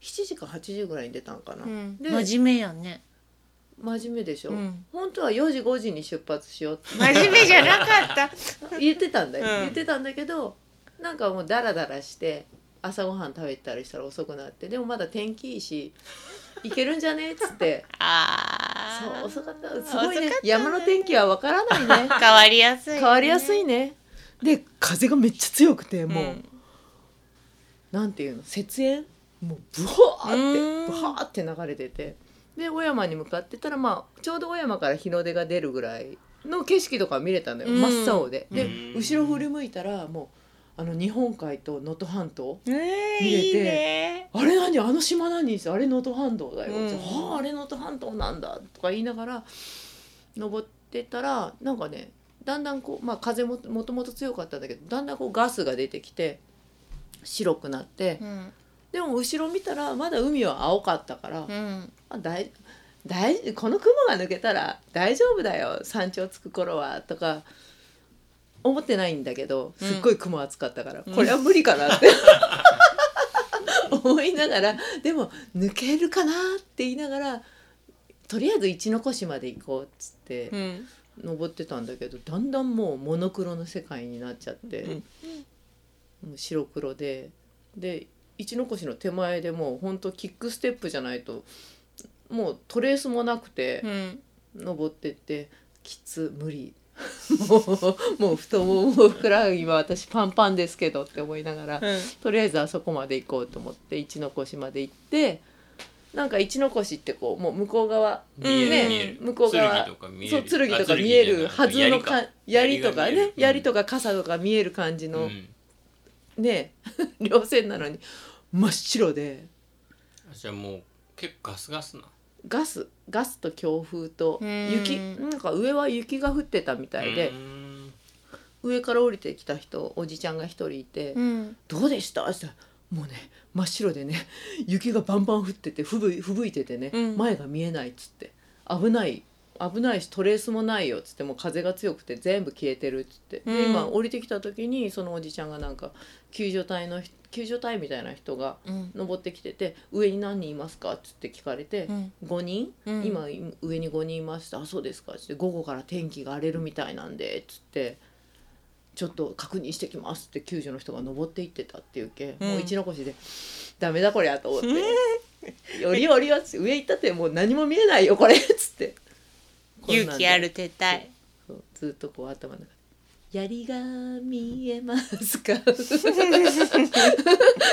7時か8時ぐらいに出たんかな、
うん
で
真面目やんね
真面目でしょ、
うん
本当は4時5時に出発しようって
真面目じゃなかった
言ってたんだよ、
うん
言ってたんだけどなんかもうダラダラして朝ごはん食べたりしたら遅くなってでもまだ天気いいし行けるんじゃねっつ って
あー
そう遅かったすごいね
遅かった
山の天気はわから ないね
変わりやすい、
変わりやすい
ね
ねで風がめっちゃ強くてもう、
うん
なんていうの雪煙もうブワ
うー
ーっ
ん
てブワーって流れててで小山に向かってたらまあちょうど小山から日の出が出るぐらいの景色とか見れたのよ、
うん
真っ青で
う
で
ん
後ろ振り向いたらもうあの日本海と能登半島
えー、
見れて
いいね
あれ何あの島何あれ能登半島だよ、
うん
じゃあああれ能登半島なんだとか言いながら登ってたらなんかねだんだんこう、まあ、風ももともと強かったんだけどだんだんこうガスが出てきて白くなって
うん
でも後ろ見たらまだ海は青かったから、
うん
あ大大この雲が抜けたら大丈夫だよ山頂着く頃はとか思ってないんだけどすっごい雲暑かったから、
うん
これは無理か なって、思いながらでも抜けるかなって言いながらとりあえず一の越まで行こうっつって
うん
登ってたんだけどだんだんもうモノクロの世界になっちゃって、もう白黒でで一の越の手前でもうほんとキックステップじゃないともうトレースもなくて
うん
登ってってきつ無理 もうもう太もももふくらはぎは私パンパンですけどって思いながら
うん
とりあえずあそこまで行こうと思って一の越まで行ってなんか一の越ってこうもう向こう側
見え
ね
る見える
向こう側
剣とか見え
そう
る
剣とか
あ
見え
じゃ
る
ない
はずのか槍
槍
と
か
か
槍が見え
ね
る
槍とか傘とか見える感じの
う、ん
ね 稜線なのに真っ白で
あじゃあもう結構ガスガスな
ガスガスと強風と雪
うん
なんか上は雪が降ってたみたいで
うーん
上から降りてきた人おじちゃんが一人いて
うん
「どうでした?」って言ったらもうね真っ白でね雪がバンバン降っててふぶふぶいててね、
うん
前が見えないっつって危ない危ないしトレースもないよっつってもう風が強くて全部消えてるっつって、で
うん
今降りてきた時にそのおじちゃんがなんか救助隊の人救助隊みたいな人が
うん
登ってきてて「上に何人いますか?」っつって聞かれて
うん
「5人
うん
今上に5人いましたあそうですか」っつって「午後から天気が荒れるみたいなんで」っつって「ちょっと確認してきます」って救助の人が登っていってたっていうけ、
うん
もう一残しで「ダメだこりゃ」と思 って「よりよりよ」っつって上行ったってもう何も見えないよこれ」っつって
勇気ある撤 退
そうずっとこう頭の中で「槍が見えます か? 」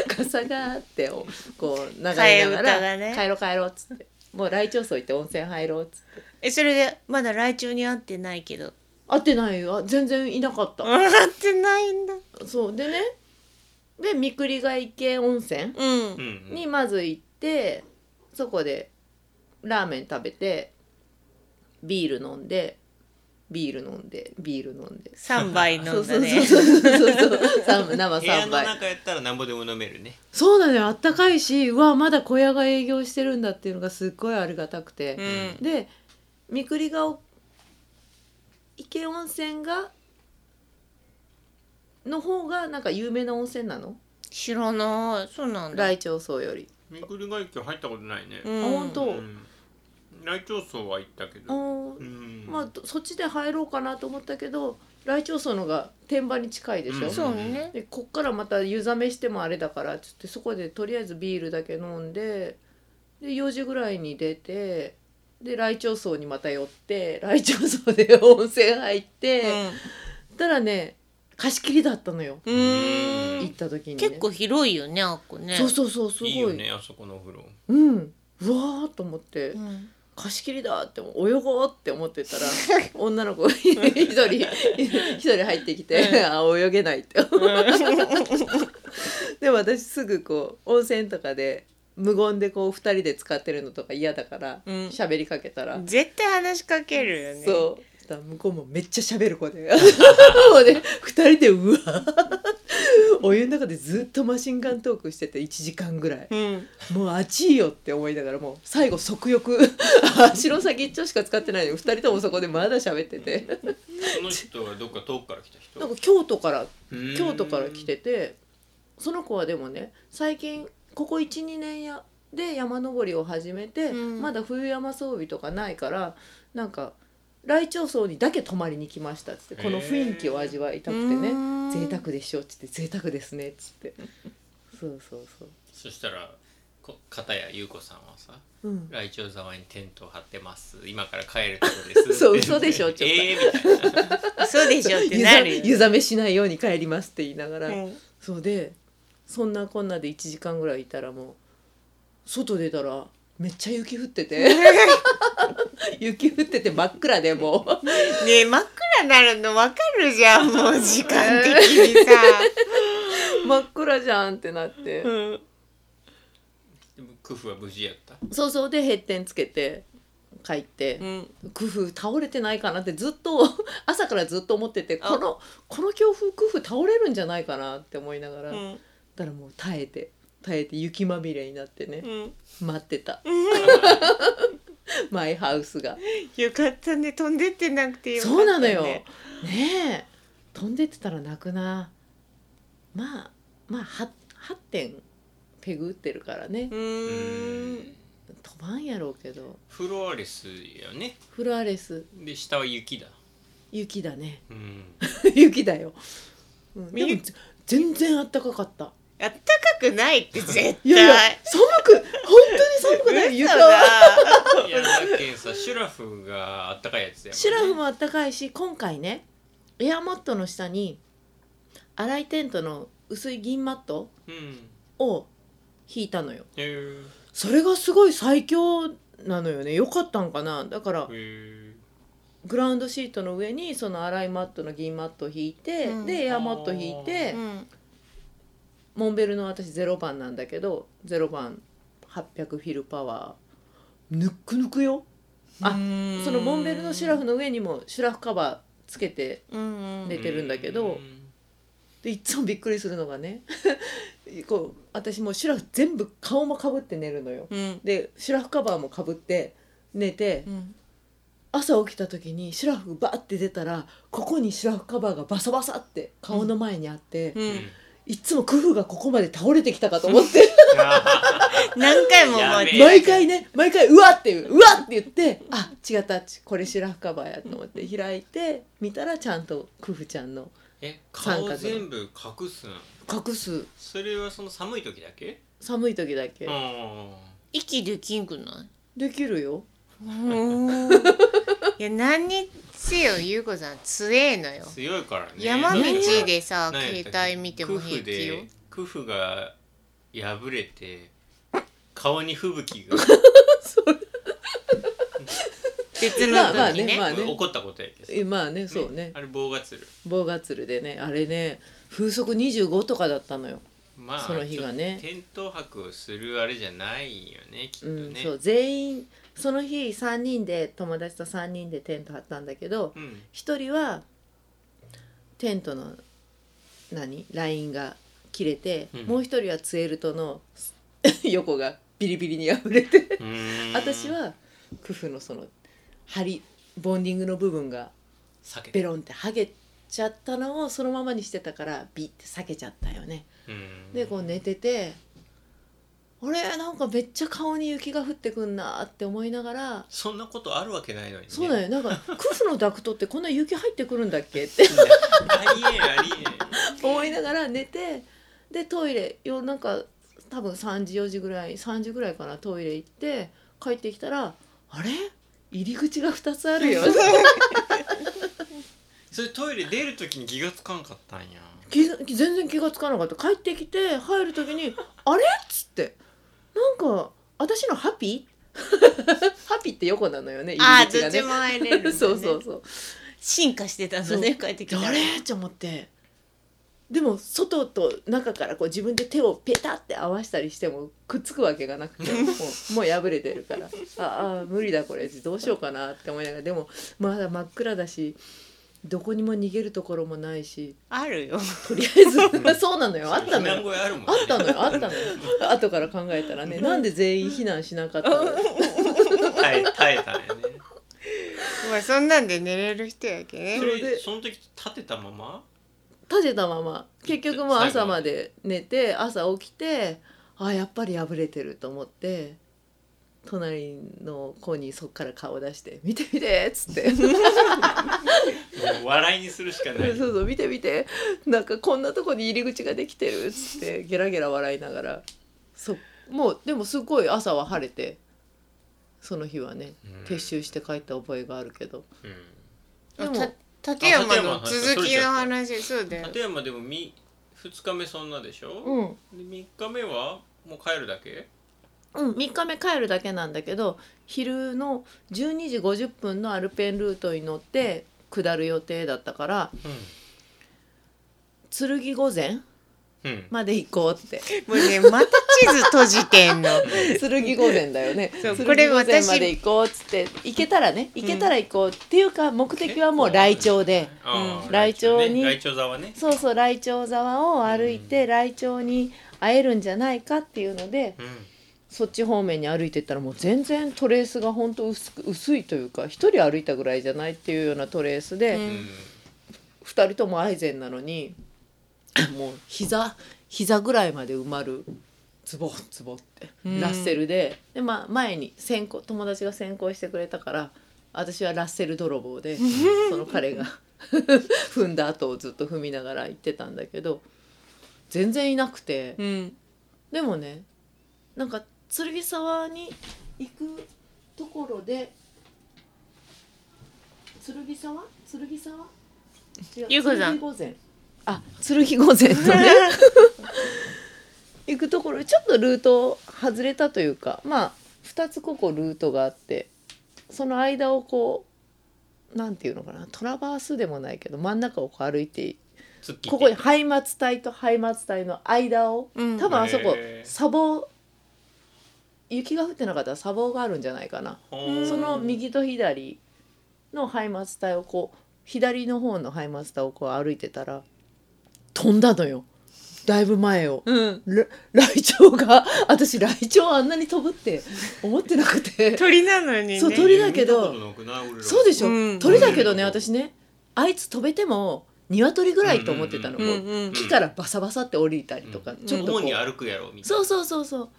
傘があってをこう流れなが
替え歌
ら
がね
帰ろう帰ろう」っつって「もう来町荘行って温泉入ろう」っつって
えそれでまだ来鳥に会ってないけど
会ってないよあ全然いなかった、
会ってないんだ
そうでねで三栗ヶ池温泉
うん
うんうん
にまず行ってそこでラーメン食べてビール飲んでビール飲んでビール飲んで
三杯飲んだね
そうそうそうそうそうそう 三生
部屋
三
の
杯
中やったらなんぼでも飲めるね
そうなのよあったかいしうわまだ小屋が営業してるんだっていうのがすっごいありがたく
う
て、
ん
で三栗が池温泉がの方がなんか有名な温泉なの
知らないそうなんだ、
来町荘より
めくりが池入ったことないね
うん、
あ本当
うん内調層は行ったけ
あ
ど
ー
うん
まあどそっちで入ろうかなと思ったけど来町荘のが天場に近いでしょ、
うん
そうね
でこっからまた湯冷めしてもあれだからっつってそこでとりあえずビールだけ飲んでで4時ぐらいに出てで来町荘にまた寄って来町荘で温泉入って、たらね貸し切りだったのよ、
うん、う
行っ
ん、
た時に、ね、
結構広いよねあっこね
そうそうそうすごい
いいよねあそこのお風呂
うんうわーと思って、
ん
貸し切りだって泳ごうって思って たら女の子が一人一人入ってきて、あ泳げないってでも私すぐこう温泉とかで無言でこう二人で使ってるのとか嫌だから
うん
喋、りかけたら、
絶対話しかけるよね
そう そしたら向こうもめっちゃ喋る子でもうね二人でうわお湯の中でずっとマシンガントークしてて1時間ぐらい
うん
もう暑いよって思いながらもう最後即 浴足の先っちょしか使ってないのに2人ともそこでまだ喋ってて
この人はどっか遠くから来た人
なんか京都から
うん
京都から来ててその子はでもね最近ここ12年やで山登りを始めて、
うん
まだ冬山装備とかないからなんか来鳥荘にだけ泊まりに来ましたっつってこの雰囲気を味わいたくて
う
ね
ーん
贅沢でしょっつって贅沢ですねっつ ってそうそうそう
そしたらこ片や優子さんはさ、
うん、
来鳥沢にテントを張ってます今から帰るとこです
そう嘘でしょちょっと
えーみたいな
そうでしょって
湯
な
ざ
るよ
湯ざめしないように帰りますって言いながら、
うん
そうでそんなこんなで1時間ぐらいいたらもう外出たらめっちゃ雪降ってて雪降ってて真っ暗でもう
ねえ真っ暗になるの分かるじゃんもう時間的にさ、
真っ暗じゃんってなって
うん、
でもクフは無事や った
そうそうで閉店つけて帰って
う、ん
工夫倒れてないかなってずっと朝からずっと思っててこのこの強風工夫倒れるんじゃないかなって思いながら、
う
だ
ん
からもう耐えて耐えて雪まみれになってね
うん
待ってたマイハウスが。
よかったね飛んでってなくてよかった、ね、
そうなのよ。ねえ、飛んでってたら泣くな。まあまあ八八点ペグ打ってるからね
う。
う
ーん
ん
飛ばんやろうけど、
フロアレスやね
フロアレス
で下は雪だ
雪だね。
うん
雪だよ。うん、で
み
も全然暖かかった。
あったかくないって絶対
いやいや寒く本当に寒くない
嘘
床は。
だ
いやだけんさシュラフがあったかいやつやもんね
シュラフもあったかいし今回ねエアマットの下に粗いテントの薄い銀マット
うん
を引いたのよ。
へー
それがすごい最強なのよね良かったんかなだから
へー
グラウンドシートの上にその粗いマットの銀マットを引いて、
うん
でエアマット引いて、
うん
モンベルの私0番なんだけど0番800フィルパワーぬっくぬくよあ
うん
そのモンベルのシュラフの上にもシュラフカバーつけて
うんうん
で寝てるんだけど
うん
でいっつもびっくりするのがね こう私もうシュラフ全部顔もかぶって寝るのよ
うん
でシュラフカバーもかぶって寝て
うん
朝起きた時にシュラフバーって出たらここにシュラフカバーがバサバサって顔の前にあって、
う
うん ん
いっつも工夫がここまで倒れてきたかと思って
何回も
やべえ
毎回ね毎回うわっていううわって言ってあ違ったこれシュラフカバーやと思って開いて見たらちゃんと工夫ちゃんの
え
三
顔
角
全部隠すん
隠す
それはその寒い時だけ
寒い時だけ
うん
息できんくない
できるよ
うんいや何にせよ優子さん強えのよ
強いからね
山道でさ
なんやったっけ
携帯見ても平気よ
クフでクフが破れて顔に吹雪が
別の
まあまあ
時ね
ねまあね
怒ったことやけど
えまあねそうね
あれ棒がつる
棒がつるでねあれね風速25とかだったのよ、
まあ
その日がね
ちょっとテント泊をするあれじゃないよねきっと
う
ね、
んそう全員その日3人で友達と3人でテント張ったんだけど、
うん
一人はテントの何ラインが切れて、
うん
もう一人はツエルトの 横がビリビリにあふれて
うーん
私はクフのその針ボンディングの部分が
避け
ベ
て
ロンって剥げちゃったのをそのままにしてたからビって裂けちゃったよね。
うん
でこう寝てて「あれなんかめっちゃ顔に雪が降ってくんな」って思いながら
そんなことあるわけないのに、ね、
そうだ
よ
よなんかクフのダクトってこんな雪入ってくるんだっけって
ありえんあり
思いながら寝てでトイレよなんか多分3時4時ぐらい3時ぐらいかなトイレ行って帰ってきたら「あれ入り口が2つ あるよ」
えんそれトイレ出る時に気がつかんかったんや
気づ全然気がつかなかった帰ってきて入る時に「あれ?」っつってなんか私のハピ ーハピーって横なのよね
あ
入り
あ
口
ど
が
っち
ね
も。入れるんだね
そうそうそう
進化してたんだね帰ってきたら
あれと思ってでも外と中からこう自分で手をペタって合わしたりしてもくっつくわけがなくてもうもう破れてるからああ無理だこれどうしようかなって思いながらでもまだ真っ暗だしどこにも逃げるところもないし
あるよ。
とりあえずまあそうなのよあったの
避難
よ
小屋あるもんね
あったのよあったのよ後から考えたらねなんで全員避難しなかったの
耐え耐えた んやね
まあそんなんで寝れる人やけ
そ
ね。
れ
れ
で
その時立てたまま
立てたまま結局もう朝まで寝て朝起きてあやっぱり破れてると思って隣の子にそっから顔出して「見て見て」っつって「そう
もう笑いにするしかない
そう見て見てなんかこんなとこに入り口ができてる」っつってゲラゲラ笑いながらそうもうでもすごい朝は晴れてその日はね
うん
撤収して帰った覚えがあるけど
うん
でも
た立山
あ
の
立山
続きの話そうだよ。
立山でもみ2日目そんなでしょ、
うん
で3日目はもう帰るだけ
うん、3日目帰るだけなんだけど昼の12時50分のアルペンルートに乗って下る予定だったから剣御前
うん、うん、
まで行こうって
もうねまた地図閉じてんの。
剣御前だよね
そう
剣
これ
御前
私
まで行こうっつって行けたらね行けたら行こう、っていうか目的はもうライチョウで
あー
うんライチョウに
ライチョウ沢ね
そうそうライチョウ沢を歩いて、ライチョウに会えるんじゃないかっていうので
うん
そっち方面に歩いてったらもう全然トレースがほんと薄く薄いというか1人歩いたぐらいじゃないっていうようなトレース で。
うん
うん
2人ともアイゼンなのにもう膝膝ぐらいまで埋まるズボンズボンって、
うん
ラッセルでで、まあ、前に先行友達が先行してくれたから私はラッセル泥 棒でその彼が 踏んだ後をずっと踏みながら行ってたんだけど全然いなくて
うん。
でもねなんか剣沢に行くところで剣沢剣沢違う
ゆうこさん
剣御前あ剣御前とね行くところちょっとルート外れたというかまあ2つここルートがあってその間をこうなんていうのかなトラバースでもないけど真ん中をこう歩いて
突っ切って
ここにハイマツ帯とハイマツ帯の間を
うん
多分あそこ
へー
砂防雪が降ってなかったら砂防があるんじゃないかな、
ほー
その右と左のハイマツ帯をこう左の方のハイマツ帯をこう歩いてたら飛んだのよだいぶ前を。
うん。
ラ ライチョウが私ライチョウあんなに飛ぶって思ってなくて
鳥なのにね。
そう鳥だけど
見たことなくない俺ら
そうでしょ、
うん
鳥だけどね私ねあいつ飛べても鶏ぐらいと思ってたの、
う
もうん
うん。
木からバサバサって降りたりと
う
か、
ん
ちょっとこ
主
う
に歩くやろみたい
そ
な
うそうそうそう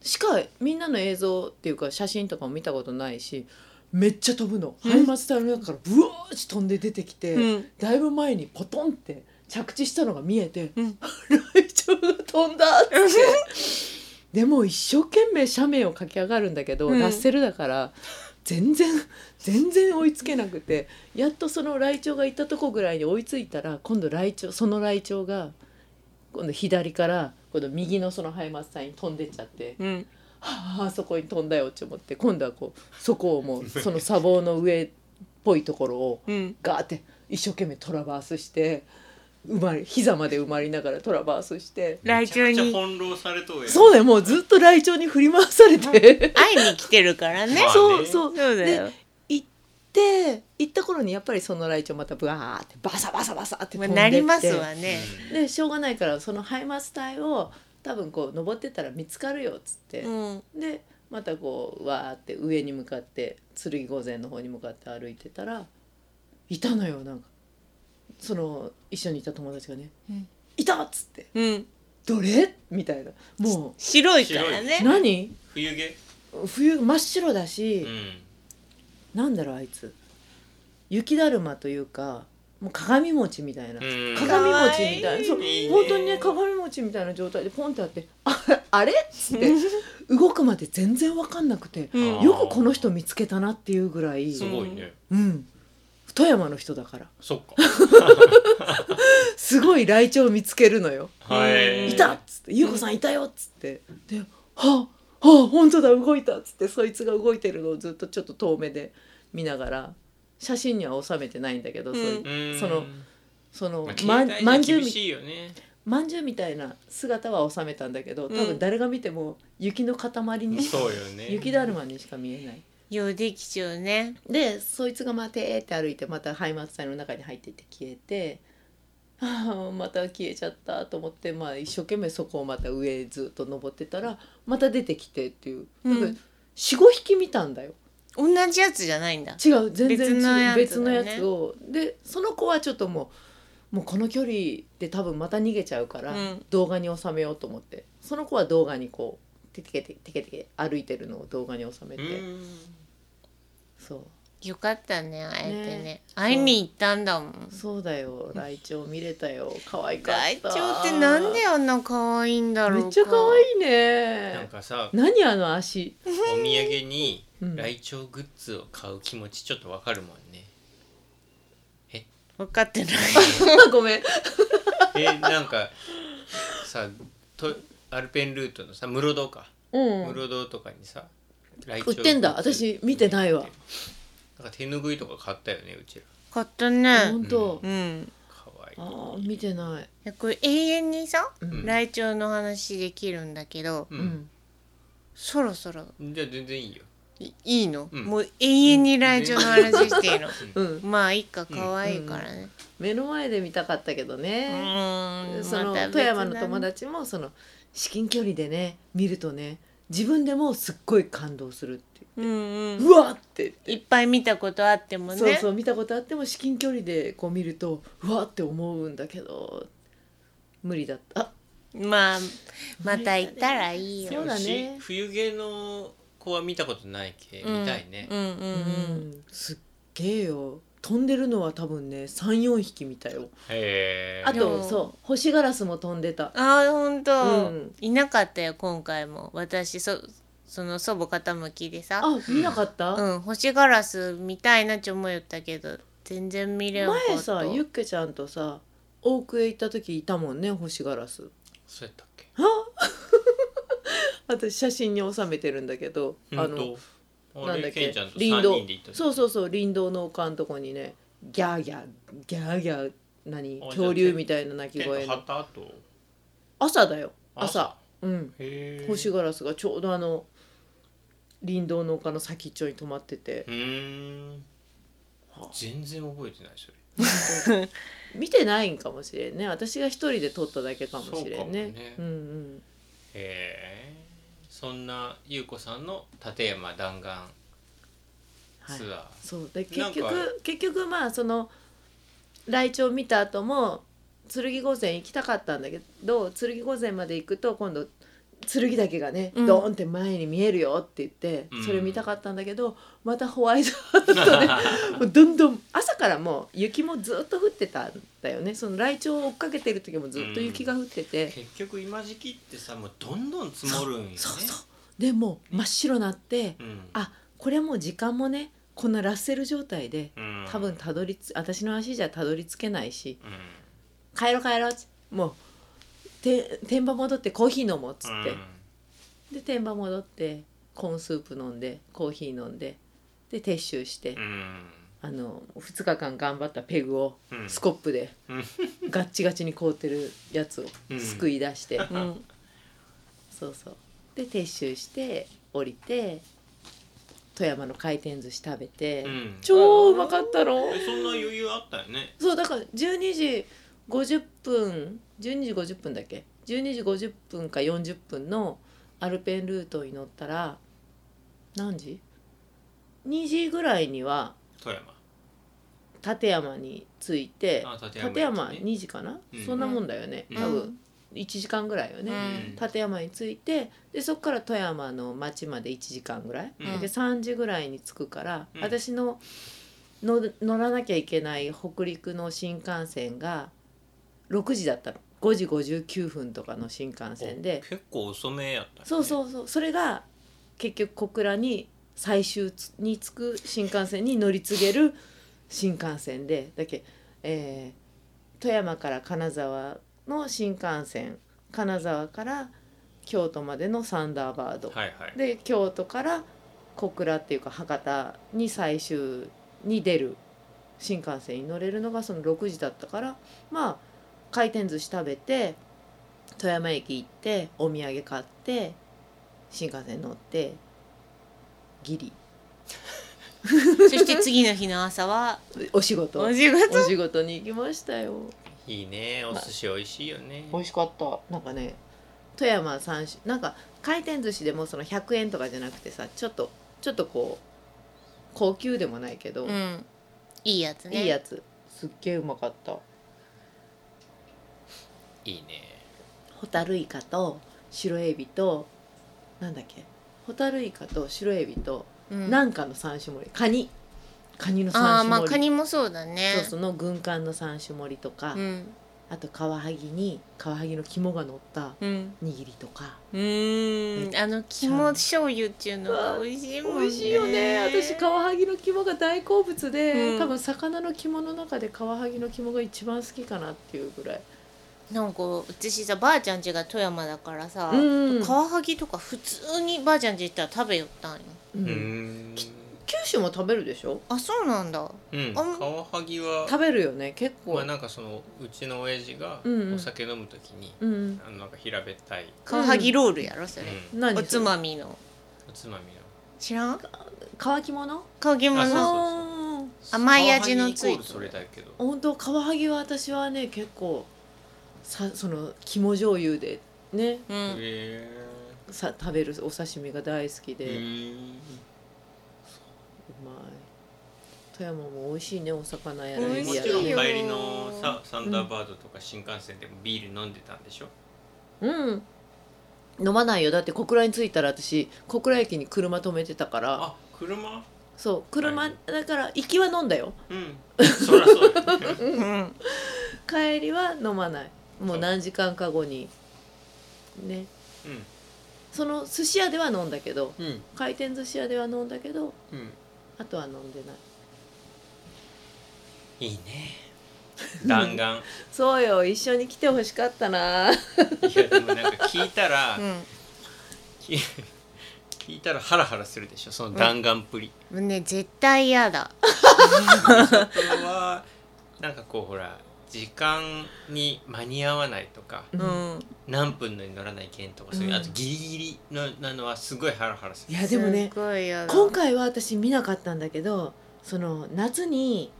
しかみんなの映像っていうか写真とかも見たことないしめっちゃ飛ぶの
うん
ハイマツ帯の中からブワーッと飛んで出てきて、
うん。
だいぶ前にポトンって着地したのが見えて
うん
「ライチョウが飛んだ!」ってでも一生懸命斜面を駆け上がるんだけど、
うん
ラッセルだから全然全然追いつけなくてやっとそのライチョウがいたとこぐらいに追いついたら今度ライチョウそのライチョウが今度左から今度右のそのハイマツさんに飛んでっちゃって。
うん。
はあそこに飛んだよって思って今度はこうそこをもうその砂防の上っぽいところを
うん。
ガーって一生懸命トラバースして埋まり膝まで埋まりながらトラバースして
ラ
め
イ
ち
チ
ゃ
ョウ
くちゃ
に
翻弄されとうやん
そうだよもうずっとライチョウに振り回されて
会いに来てるからね。
まあ
そうそう
そうだよ。
行って行った頃にやっぱりそのライチョウまたブワーってバサバサバサって飛
まあ
んでって、
なりますわね。
でしょうがないからそのハイマス帯を多分こう登ってったら見つかるよっつって、
うん。
でまたこうわーって上に向かって剣御前の方に向かって歩いてたらいたのよなんかその一緒にいた友達がね「
うん
いた!」っつって
うん。
「どれ?」みたいなも
白いから
う
ね。
何
冬毛
冬真っ白だ
う
し、
ん
なんだろうあいつ雪だるまというかもう鏡餅みたいな、
うん
鏡餅みたいなそう
いいね
本当にね鏡餅みたいな状態でポンってあって「ああれ?」っつって動くまで全然分かんなくて。
うん
あー
よくこの人見つけたなっていうぐらい、
すごいね
うん、富山の人だから
そっか
すごいライチョウ見つけるのよ。
はい
うん
いたっつって「優子さんいたよ」っつってで「はあはあ本当だ動いた」っつってそいつが動いてるのをずっとちょっと遠目で見ながら写真には収めてないんだけど、そういう
うんん
そのその
まあ
ま
携
ん
帯
まん
じ
じゅ
ゃ
う
厳
み
しいよね
まんじゅうみたいな姿は収めたんだけど多
うん
分誰が見ても雪の塊にしか
そうよね
雪だるまにしか見えない。
ようできちゃうね
でそいつが「待て」って歩いてまたハイマツの中に入ってって消えて「ああまた消えちゃった」と思って、まあ、一生懸命そこをまた上へずっと登ってたらまた出てきてっていう、
うん
だから45匹見たんだよ
同じやつじゃないんだ
違う全然違う
別
別
の
の
や
や
つだね
つ,、をでその子はちょっともうもうこの距離で多分また逃げちゃうから、
うん
動画に収めようと思ってその子は動画にこうテケテケテケテケ歩いてるのを動画に収めて、そう
よかったね会えてね
ね
会いに行ったんだもん
そう だよライチョウ見れたよ可愛か
ライ
っ
チ
た
ョウってなんであんな可愛いんだろうか
めっちゃ可愛い
なん
ね
かさ
何あの 足、
お土産に
うん
ライチョウグッズを買う気持ちちょっとわかるもん ね
分かってない
ごめん
えなんかさとアルペンルートのさ室堂か
うん
室堂とかにさライ
売ってんだ
グッズ
私見てないわ
なんか手拭いとか買ったよねうちら
買ったね
本当、
うん
かわいい
あー見てない
いやこれ永遠にさ
うん
ライチョウの話できるんだけど、
うん、
そろそろ
じゃあ全然いいよ
いいいの、
うん
もう永遠にライチョウの話していいの、
うん
まあいいか可愛いからね、
目の前で見たかったけど
う
ね、
ーん
その
また別
富山の
だね
友達もその至近距離でね見るとね自分でもすっごい感動するっていう
うんうん
うわっって
いっぱい見たことあってもね
そうそう見たことあっても至近距離でこう見るとうわって思うんだけど無理だった
まあまた行ったらいいよ
そうだね
うち冬毛の子は見たことないけ、
うん
見たいね
う、んうんう
あ、
ん、
すっげえよ飛んでるのは多分ね34匹見たよ
へえ
あ
でも
とそう星ガラスも飛んでた
ああほんと、
うん
いなかったよ今回も私そその祖母傾きでさ
あ見なかった、
うん星ガラス見たいなって思いよったけど全然見れんかった
前さゆっけちゃんとさ大奥へ行った時いたもんね星ガラス
そうやったっけ
私写真に収めてるんだけどあ
あ
の
の
な
あ
ん
れ
だっ
ケ
け
ンちゃんと
林
三
道
人で行った
そうそうそう林道の丘のとこにねギャーギャーギャーギャー何
あじゃあ
恐竜みたいな鳴
ケ
き
ンと
声の
旗と
朝だよ朝
朝
うん
へえ
星ガラスがちょうどあの林道の丘の先っちょに止まってて
うーん全然覚えてないそれ
見てないんかもしれんね私が一人で撮っただけかもしれ
そう
んねう
か
ん
も
うん
へえそんな優子さんの立山弾丸
はい
ツア
そうで
な
結
んか
局結局まあそのライチョウ見た後も剣御前行きたかったんだけど剣御前まで行くと今度剣だけがね、
うん
ドーンって前に見えるよって言って
うん
それ見たかったんだけど、またホワイトア ウトでもうどんどん朝からもう雪もずっと降ってたんだよねそのライチョウを追っかけてる時もずっと雪が降って
ー
て、
結局今時期ってさもうどんどん積もるんよね
そうそうでもう真っ白になって
うん
あこれはもう時間もねこんなラッセル状態で
うん
多分たどりつ私の足じゃたどり着けないし
うん
「帰ろう帰ろう」っつってもうて天場戻ってコーヒー飲もう」っつって、で天場戻ってコーンスープ飲んでコーヒー飲んでで撤収して、
うん
あの2日間頑張ったペグを
うん
スコップで
うん
ガッチガチに凍ってるやつをすくい 出して、
うん
そうそうで撤収して降りて富山の回転寿司食べて、
うん
超うまかったの
えそんな余裕あったよね
そうだから12時50分12時50分だっけ12時50分か40分のアルペンルートに乗ったら何時 ?2 時ぐらいには
富山
立山に着いて
あ立山
立山
行ってね
2時かな、
うん
そんなもんだよね
うん
多分1時間ぐらいよね、
うん
立山に着いてでそこから富山の町まで1時間ぐらい、
うん
で3時ぐらいに着くから、
うん
私のの乗らなきゃいけない北陸の新幹線が6時だったの5時59分とかの新幹線で
お結構遅めやったね
そうそうそうそれが結局小倉に最終つに着く新幹線に乗り継げる新幹線でだっけ、えー富山から金沢の新幹線金沢から京都までのサンダーバード、
はいはい
で京都から小倉っていうか博多に最終に出る新幹線に乗れるのがその6時だったからまあ回転寿司食べて富山駅行ってお土産買って新幹線乗ってギリ
そして次の日の朝 は
お仕事
お仕事
お仕事に行きましたよ
いいねお寿司美味しいよね、
美味しかったなんかね富山三種なんか回転寿司でもその100円とかじゃなくてさちょっとちょっとこう高級でもないけど、
うんいいやつね
いいやつすっげえうまかった
いいね
ホタルイカと白エビとなんだっけホタルイカと白エビと
うん
なんかの三種盛りカニカニの
ああ
三
まあ
種
カ
盛り、
ニもそうだね
そうその軍艦の三種盛りとか、
うん
あとカワハギにカワハギの肝が乗った
うん
握りとか
うーんあの肝醤油っていうのが美味しいもんね
美味しいよね私カワハギの肝が大好物で、
うん
多分魚の肝の中でカワハギの肝が一番好きかなっていうぐらい
なんか私さばあちゃん家が富山だからさ、
うん
カワハギとか普通にばあちゃん家行ったら食べよったんよ
う
うんーん
九州も食べるでしょ
あそうなんだ
うんカワハギは
食べるよね結構、
まあなんかそのうちの親父が
うんうん
お酒飲むときに、
うん
あのなんか平べったい、
カワハギロールやろそれ、
うん、
何
おつまみの
おつまみの
知らん
乾き物
カワギも
あそう
の
あー
甘い味のつい
カワハギイコールそれだけど
本当カワハギは私はね結構さその肝醤油でね
うん
へ
さ食べるお刺身が大好き
え
で、うまい富山も美味しいねお魚やら
美味
エビ
も
や
ち
ら
ろん
しい
帰
よ
りのさサンダーバードとか新幹線でもビール飲んでたんでしょ、
うん飲まないよだって小倉に着いたら私小倉駅に車止めてたから
あ車
そう車、
はい
だから行きは飲んだよ
うんそらそうだよね
うん
帰りは飲まないもう何時間か後にねその寿司屋では飲んだけど
うんうん
回転寿司屋では飲んだけど
うん
あとは飲んでない
いいね弾丸
そうよ一緒に来てほしかったな
いやでもなんか聞いたら、
う
き聞いたらハラハラするでしょその弾丸っぷり、
んもうね絶対嫌だ
本当はなんかこうほら時間に間に合わないとか
う
うん
何分のに乗らない件とかそういう、
うん
あとギリギリのなのはすごいハラハラす
い
る
やでもね
すごい嫌だ
今回は私見なかったんだけどその夏に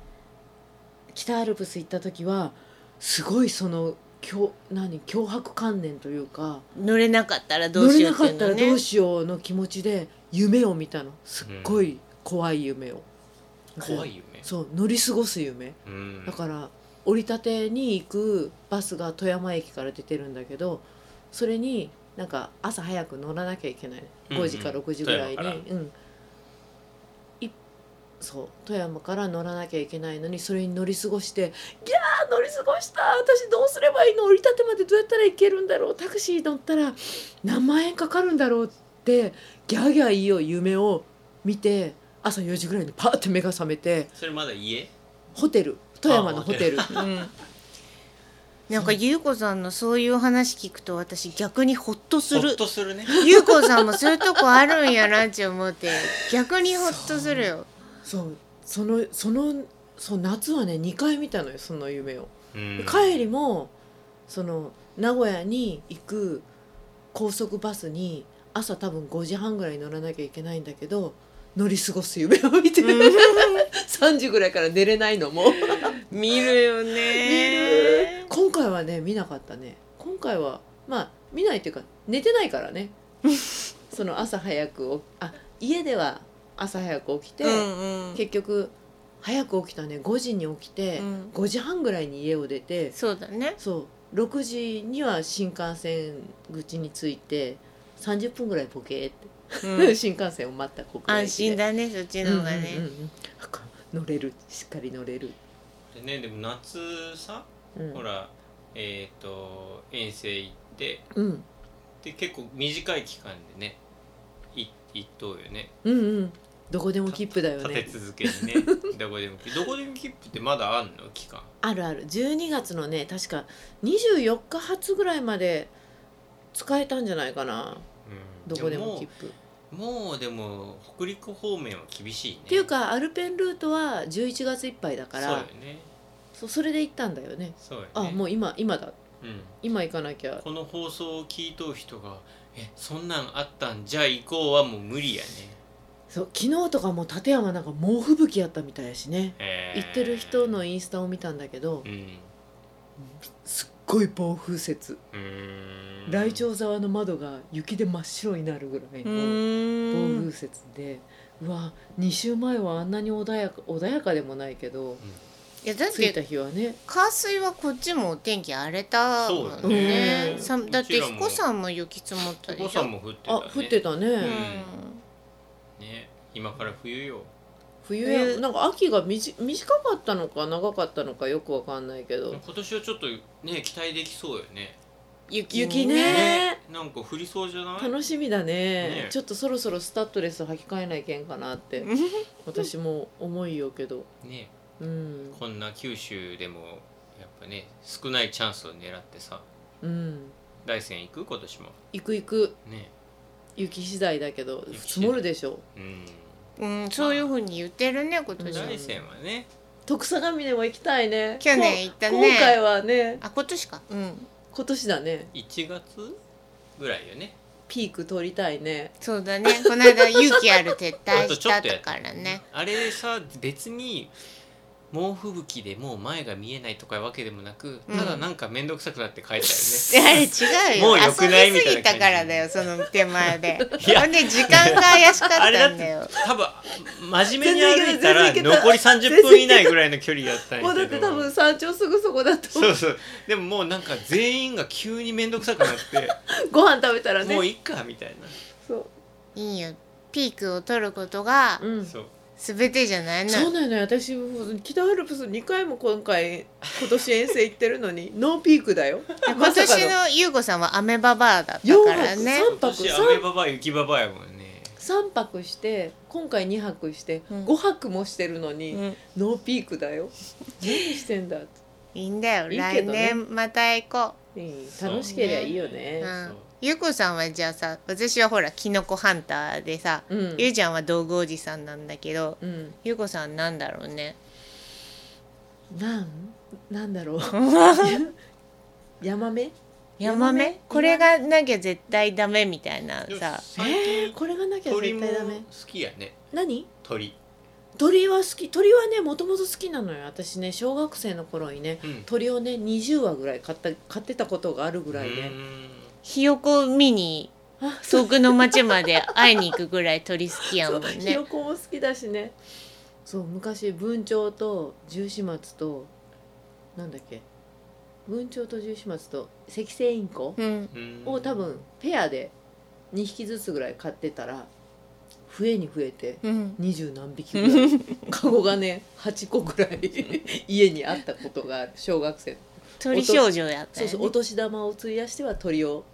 北アルプス行った時はすごいその強何脅迫観念というか
乗れなかったらど
乗
うし
れ
よう
な
っ
か
てい
っ
う
た
の
ら
ね
どうしようの気持ちで夢を見たのすっごい怖い夢を、
怖いよね
そう乗り過ごす夢
うん
だから降りたてに行くバスが富山駅から出てるんだけどそれになんか朝早く乗らなきゃいけない
うんうん
5時か6時ぐらいに、
富山
うんいそう富山から乗らなきゃいけないのにそれに乗り過ごして「ギャー乗り過ごした私どうすればいいの降りたてまでどうやったら行けるんだろうタクシー乗ったら何万円かかるんだろう」ってギャーギャーいいよ夢を見て朝4時ぐらいにパーって目が覚めて
それまだ家
ホテル富山のホテル。
うんなんか優子さんのそういう話聞くと私逆にホッとす
ほっ
る
とするね
優子さんもそういうとこあるんやなって思って逆にホッとするよ
そうそのそのそう夏はね2回見たのよその夢を、
うん
帰りもその名古屋に行く高速バスに朝多分5時半ぐらいに乗らなきゃいけないんだけど乗り過ごす夢を見て、
うん
3時ぐらいから寝れないのも見
見
る
るよね
今回はね見なかったね今回はまあ見ないっていうか寝てないからねその朝早くおあ家では朝早く起きて、
うんうん
結局早く起きたね5時に起きて、
うん
5時半ぐらいに家を出て
そうだね
そう6時には新幹線口に着いて30分ぐらいポケーっ
う
て、
ん
新幹線を待った国
安心だねそっち
て
の方がね
乗れるしっかり乗れる、
でねでも夏さ
うん、
ほらえっ、と遠征行って
うん
で結構短い期間でねい一等よね
うんうんどこでも切符だよ
立
ね
て続けにね どこでも切符どこでも切符ってまだあんの期間
あるある12月のね確か24日発ぐらいまで使えたんじゃないかな
うん
どこでも切符
もうもうでも北陸方面は厳しいね
っていうかアルペンルートは11月いっぱいだから
そうよね
そうそれで行ったんだよね
そうよね
あもう今今だ
うん
今行かなきゃ
この放送を聞いとう人が「えそんなんあったんじゃあ行こう」はもう無理やね
そう昨日とかも立山なんか猛吹雪やったみたいやしね
えー
行ってる人のインスタを見たんだけど
うん
すっごい暴風雪
うーん
大腸沢の窓が雪で真っ白になるぐらいの暴風
ん
雪でうわ2週前はあんなに穏やか穏やかでもないけど
いやだっ
着いた
て
日はね
火水はこっちもお天気荒れたも
そ
ん
う
ね
ねさだって
うちらも
彦さんも雪積もった
お
で
子
し
さ
ょ、
んも降ってた、
あ
ね、
降ってたね、
うん
ね今から冬よ
冬や
冬
なんか秋がみじ短かったのか長かったのかよくわかんないけど
今年はちょっとね期待できそうよね
雪
雪ね
なんか降りそうじゃない
楽しみだね
ね
ちょっとそろそろスタッドレス履き替えないけんかなって
うん
私も思いよけど
ね
うん、
こんな九州でもやっぱね少ないチャンスを狙ってさ
うん、
大山行く今年も
行く行く
ね
雪次第だけど
雪次
積
第
もるでしょ
うん
うん、そういうふうに言ってるね今年
うん
は、
大山はね
徳佐上でも行きたいね
去年行ったね
こ今回はね
あ今年かうん
今年だね
1月ぐらいよね
ピーク取りたいね
そうだねこの間勇気ある撤
あ
退
と
し
ちょ
た
っとやった
からね
あれさ別に猛吹雪でもう前が見えないとかいうわけでもなく
うん
ただなんか面倒くさくなって帰ったよね、
い やあれ違うよ
もう良くない
遊びすぎ
みたいな感
た
じ
からだよその手前で
いや
ほんで時間が怪しかった
あ
ん
れだっ
だよ
て多分真面目に歩いたら
全然いけた
残り30分以内ぐらいの距離だったんやけど
もうだって多分山頂すぐそこだと
そ
思
ううそうでももうなんか全員が急に面倒くさくなっ
ご飯食べたら
てもう
ね
いっかみたい
そう
いいよピークを取ることが
う
なんそう
全てじゃないの
そうなのよ私北アルプス2回も今回今年遠征行ってるのに ノーピークだよ
今年の優子さんは雨ババアだったからね
よう
今年雨ババア雪ババアやもんね
3泊して今回2泊して
うん
5泊もしてるのに、
うん
ノーピークだよ何してんだって
いいんだよ
いいけ
来
どね
年また行こ
うん楽しけりゃいいよ
う、う
ね
ん
そう、
優子さんはじゃあさ私はほらキノコハンターでさ、
うん
ゆうちゃんは道具おじさんなんだけど
うん
ゆうこさんなんだろうね
なんなんだろうヤマメ
ヤマメこれがなきゃ絶対ダメみたいな
でも
さ
最
えー、
近
これがなきゃ
鳥
絶
も
対ダ
好
メ
きやね
何
鳥
鳥は好き鳥はねもともと好きなのよ私ね小学生の頃にね
うん
鳥をね20羽ぐらい買った買ってたことがあるぐらいうね
ん
ひよこ見に
あ
遠くの町まで会いに行くぐらい鳥好きやもん
ひ
ね
よこも好きだしねそう昔文鳥と十四松となんだっけ文鳥と十四松と赤星インコ
うん
うん
を多分ペアで2匹ずつぐらい買ってたら増えに増えて
うん
二十何匹ぐら いカゴがね8個ぐらい家にあったことがある小学生
鳥少女やった
そう
よ、ね、
そうお年玉を費やしては鳥を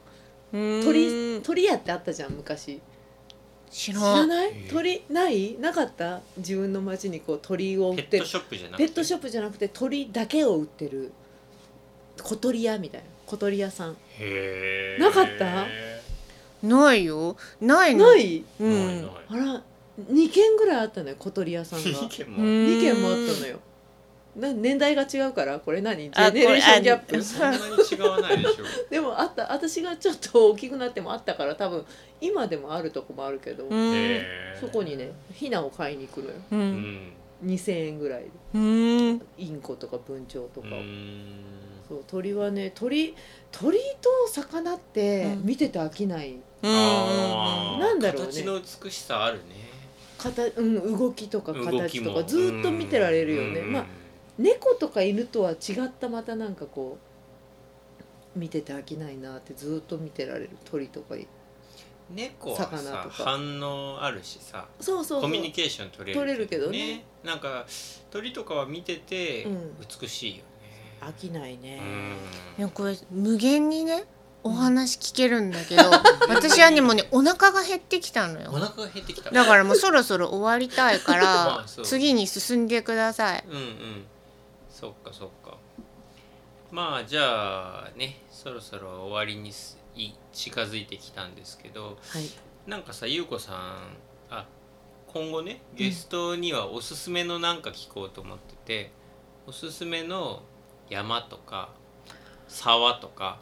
うー
鳥
ん
鳥屋ってあったじゃん昔
知
知
ら
ら
ん
ない
ええ
鳥ないなかった自分の町にこう鳥を売っ
ペッ
てる
トショップじゃなく
ペ
て
ットショップじゃなくて鳥だけを売ってる小鳥屋みたいな小鳥屋さん
へー
なかった
ないよないの
ない
うん
ないない
あら2軒ぐらいあったのよ小鳥屋さん が
意見
2
う
も
ーん
軒もあったのよな年代が違うからこれ何ジ
あ
ェネレーションギャッ
これ
プ
そんなに違わないで しょ
でもあった私がちょっと大きくなってもあったから多分今でもあるとこもあるけど、
うん
へー
そこにねヒナを買いに行くのよ
う
うんん
2,000円ぐらいで
うん
インコとか文鳥と
う
か、
ん
そう鳥はね鳥鳥と魚って
うん
見てて飽きない、
うん
あー
なんだろうね
形の美しさあるね
かたうん、動きとか
動き
形と
も
かずーっと見てられるよね、
うん
まあ猫とか犬とは違ったまたなんかこう見てて飽きないなってずーっと見てられる鳥とかい
猫は
魚と
さ
か
反応あるしさ
そうそうそう
コミュニケーション取れる
取れるけどね
なんか鳥とかは見てて
うん
美しいよ
飽きない
ね
い
ね、
うん
やこれ無限にねお話聞けるんだけど、私はねもうねお腹が減ってきたのよ
お腹が減ってきた
だからもうそろそろ終わりたいか
ま
ら
あそう
次に進んでください。
うんうんそっかそっかまあじゃあねそろそろ終わりにすい近づいてきたんですけど
はい
なんかさゆうこさんあ今後ねゲストにはおすすめのなんか聞こうと思ってて、おすすめの山とか沢とか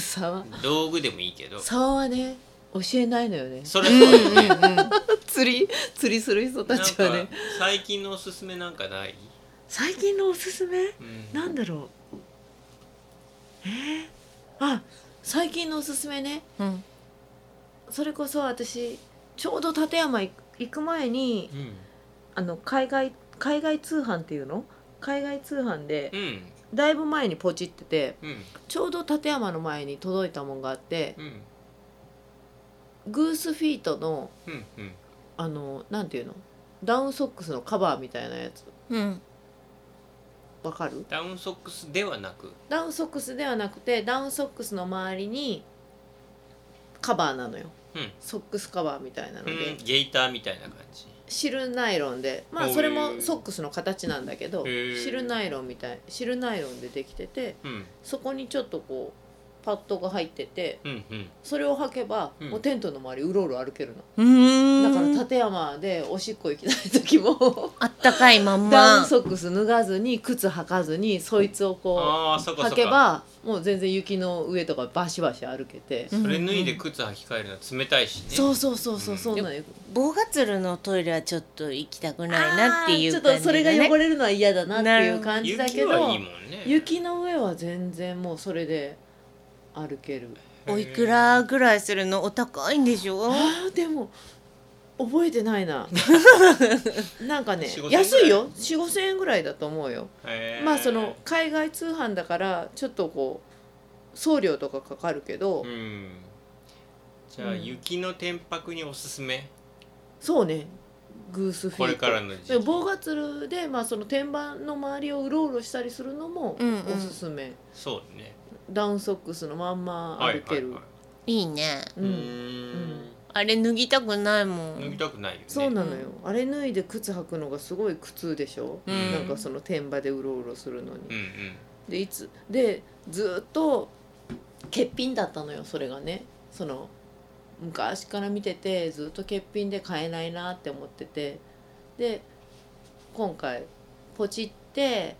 沢
道具でもいいけど
沢はね教えないのよね
それはそうだよね
うん
釣り釣りする人たちは
なん
ね
か最近のおすすめなんかない、
最近のおすすめ
うん
なんだろうえー、あ最近のおすすめね
うん
それこそ私ちょうど立山行く行く前に
うん
あの海外海外通販っていうの海外通販で
うん
だいぶ前にポチってて
うん
ちょうど立山の前に届いたもんがあって
うん
グースフィートの
うんうん
あのなんていうのダウンソックスのカバーみたいなやつ
うん
わかる
ダウンソックスではなく
ダウンソックスではなくてダウンソックスの周りにカバーなのよ、
うん
ソックスカバーみたいなの
う
で、
んゲーターみたいな感じ
シルナイロンでまあ
へー
それもソックスの形なんだけど
へー
シルナイロンみたいシルナイロンでできてて
うん
そこにちょっとこうパッドが入ってて
うんうん
それを履けば、
うん
もうテントの周りうろうろ歩けるの、
うーん
だから立山でおしっこ行きたい時も、
あったかいまん
ダウ
ま
ンソックス脱がずに靴履かずにそいつをこう
ああそこそ
履
こ
けばもう全然雪の上とかバシバシ歩けて、
うん
それ脱いで靴履き替えるのは冷たいしね
そうそうそうそうそうなのよ、
棒がつるのトイレはちょっと行きたく
う
ないなっていう
ちょ
感じ
っ
だね
とそれが汚れるのは嫌だなっていう感じ
雪
だけど
はいい
雪
もんね
の上は全然もうそれで歩ける
おいくらぐらいするのお高いんでしょ
あーでも覚えてないななんかね
4-5,000
安いよ4 5千円ぐらいだと思うよ
へー
まあその海外通販だからちょっとこう送料とかかかるけど、
うんじゃあ
うん
雪の天白におすすめ
そうねグースフィート
これからの
で
時期
棒がつるで、まあ、その天板の周りをうろうろしたりするのも
うんうん
おすすめ、
そうね
ダウンソックスのまんま
はい
歩ける、
はいはい
いいね
う
うん、
ーん
あれ脱ぎたくないも
脱ぎ
ん
たくないよね
そうなのよ、あれ脱いで靴履くのがすごい苦痛でしょ、
うん
なんかその天場でうろうろするの
うんう
に、
ん
でいつでずっと欠品だったのよそれがねその昔から見ててずっと欠品で買えないなって思っててで今回ポチって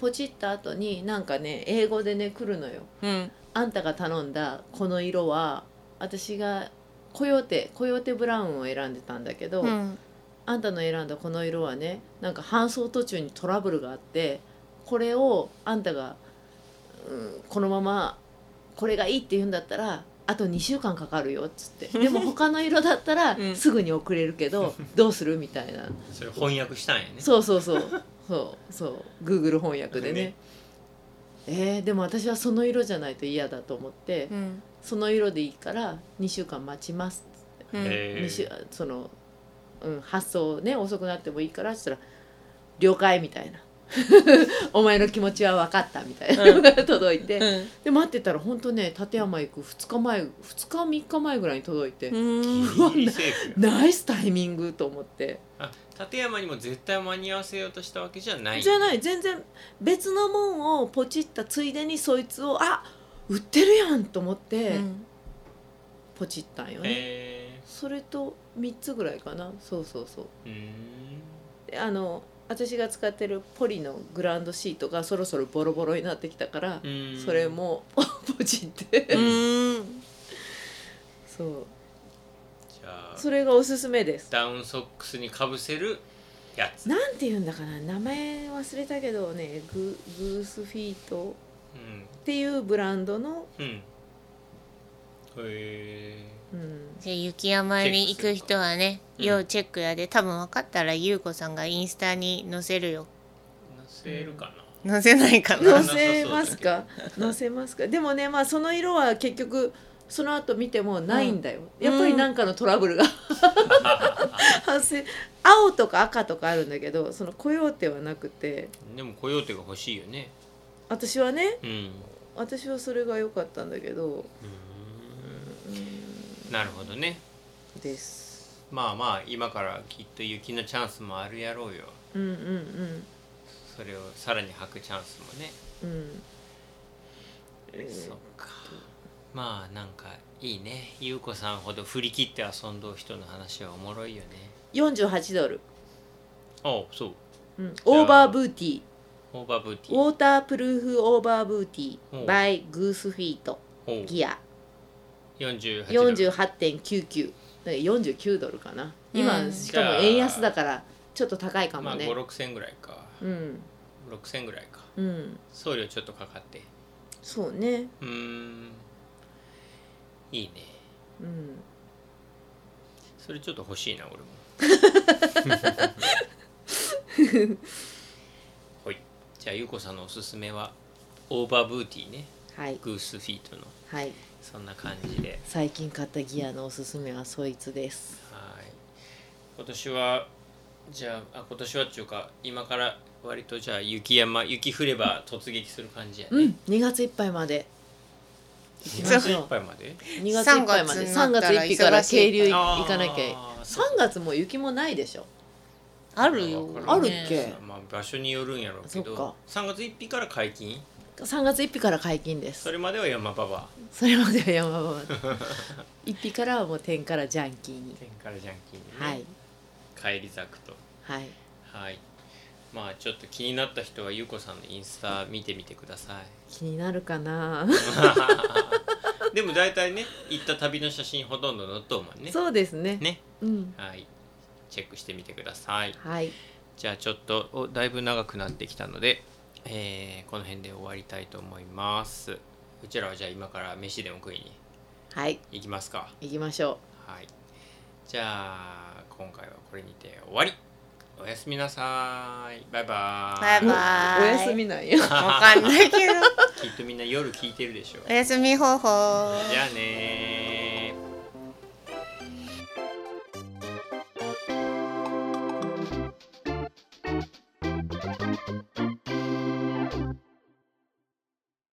ポチった後になんかね英語でね来るのよ。
うん
あんたが頼んだこの色は私がコヨーテコヨーテブラウンを選んでたんだけど、
うん
あんたの選んだこの色はねなんか搬送途中にトラブルがあってこれをあんたが、うん、このままこれがいいって言うんだったらあと2週間かかるよっつ ってでも他の色だったら
うん
すぐに送れる けど、どうするみたいな
それ翻訳したんやね
そうそうそうそうそう Google 翻訳でね
ね
えーでも私はその色じゃないと嫌だと思って、
うん
その色でいいから2週間待ちます、
うん
へー
二週その、うん、発送ね遅くなってもいいからっつったら「了解」みたいな 「お前の気持ちは分かった」みたいなのが届いて、
うん
で待ってたら本当ね立山行く2日前2日3日前ぐらいに届いて、
うん
ギ リギリセーフや
ナイスタイミングと思って
あ立山にも絶対間に合わせようとしたわけじゃない
じゃない全然別のもんをポチったついでにそいつをあ売ってるやんと思って
うん
ポチったんよね、
へ
それと3つぐらいかなそうそうそう
ーうーん
であの私が使ってるポリのグランドシートがそろそろボロボロになってきたから
う、ーん
それも ポチって、
うん
そう
じゃあ
それがおすすめです
ダウンソックスにかぶせるやつ、
なんて言うんだかな名前忘れたけどねググースフィート
うん
っていうブランドの、
うん、へえ
うん、
じゃあ雪山に行く人はね
チェックするかうん
要チェックやで多分分かったらゆうこさんがインスタに載せるよ
なせるかな、
載せないかな
載せますか載せますかでもねまあその色は結局その後見てもないんだよ、
うん
やっぱりなんかのトラブルが発生青とか赤とかあるんだけどそのコヨーテはなくて
でもコヨーテが欲しいよね
私はね
うん
私はそれが良かったんだけど
なるほどね
です
まあまあ今からきっと雪のチャンスもあるやろうよ
うんうん
それをさらに履くチャンスもね、
うんうん
そっかまあなんかいいね優子さんほど振り切って遊んどう人の話はおもろいよね
48ドル、
あそう
うん、オーバーブーティー
オーバーブーティ
ウォータープルーフオーバーブーティ
お
ー
う
by グースフィート
ー
ギア
48ドル
48.99だから49ドルかな今、
うん
しかも
じゃあ
円安だからちょっと高いか
ま
も
あ
ね、
5 6千ぐらいか
うん
6千ぐらいか
うん
送料ちょっとかかって
そうね
うーんいいね
うん
それちょっと欲しいな俺も はいじゃあゆうこさんのおすすめはオーバーブーティーね
はい
グースフィートの
はい
そんな感じで
最近買ったギアのおすすめはそいつです
はい今年はじゃああ今年はっていうか今から割とじゃあ雪山雪降れば突撃する感じやね、
うん2月いっぱぱいまで行きまし
い
ょ
っ
う
ぱいまで
2月いっぱいまで3
3
月
月
1日から渓流
え
行かなきゃ
あー
3月も雪もないでしょ
あるよ
わ。か
あるっけ
まあ、場所によるんやろうけ
そっか
ど3月1日から解禁
3月1日から解禁で
そ
す
れまでは山場は
それまでは山場まで1日からはもう点からジャンキーに
天からジャンキーに、ね
はい
帰り咲くと
はい
はいまあちょっと気になった人はゆうこさんのインスタ見てみてください
気になるかな
でも大体ね行った旅の写真ほとんど載っとうもんね
そうですね
ね
うん
はいチェックしてみてください
はい
じゃあちょっとおだいぶ長くなってきたので、えーこの辺で終わりたいと思いますうちらはじゃあ今から飯でも食いに
はい
行きますか
行きましょ
はいじゃあ今回はこれにて終わりおやすみなさいバイバーイ
バイ
う
バは
お
ーい
やすみなんよ
わかんないけど。
きっとみんな夜聞いてるでしょう
お休み方法。
じゃあねー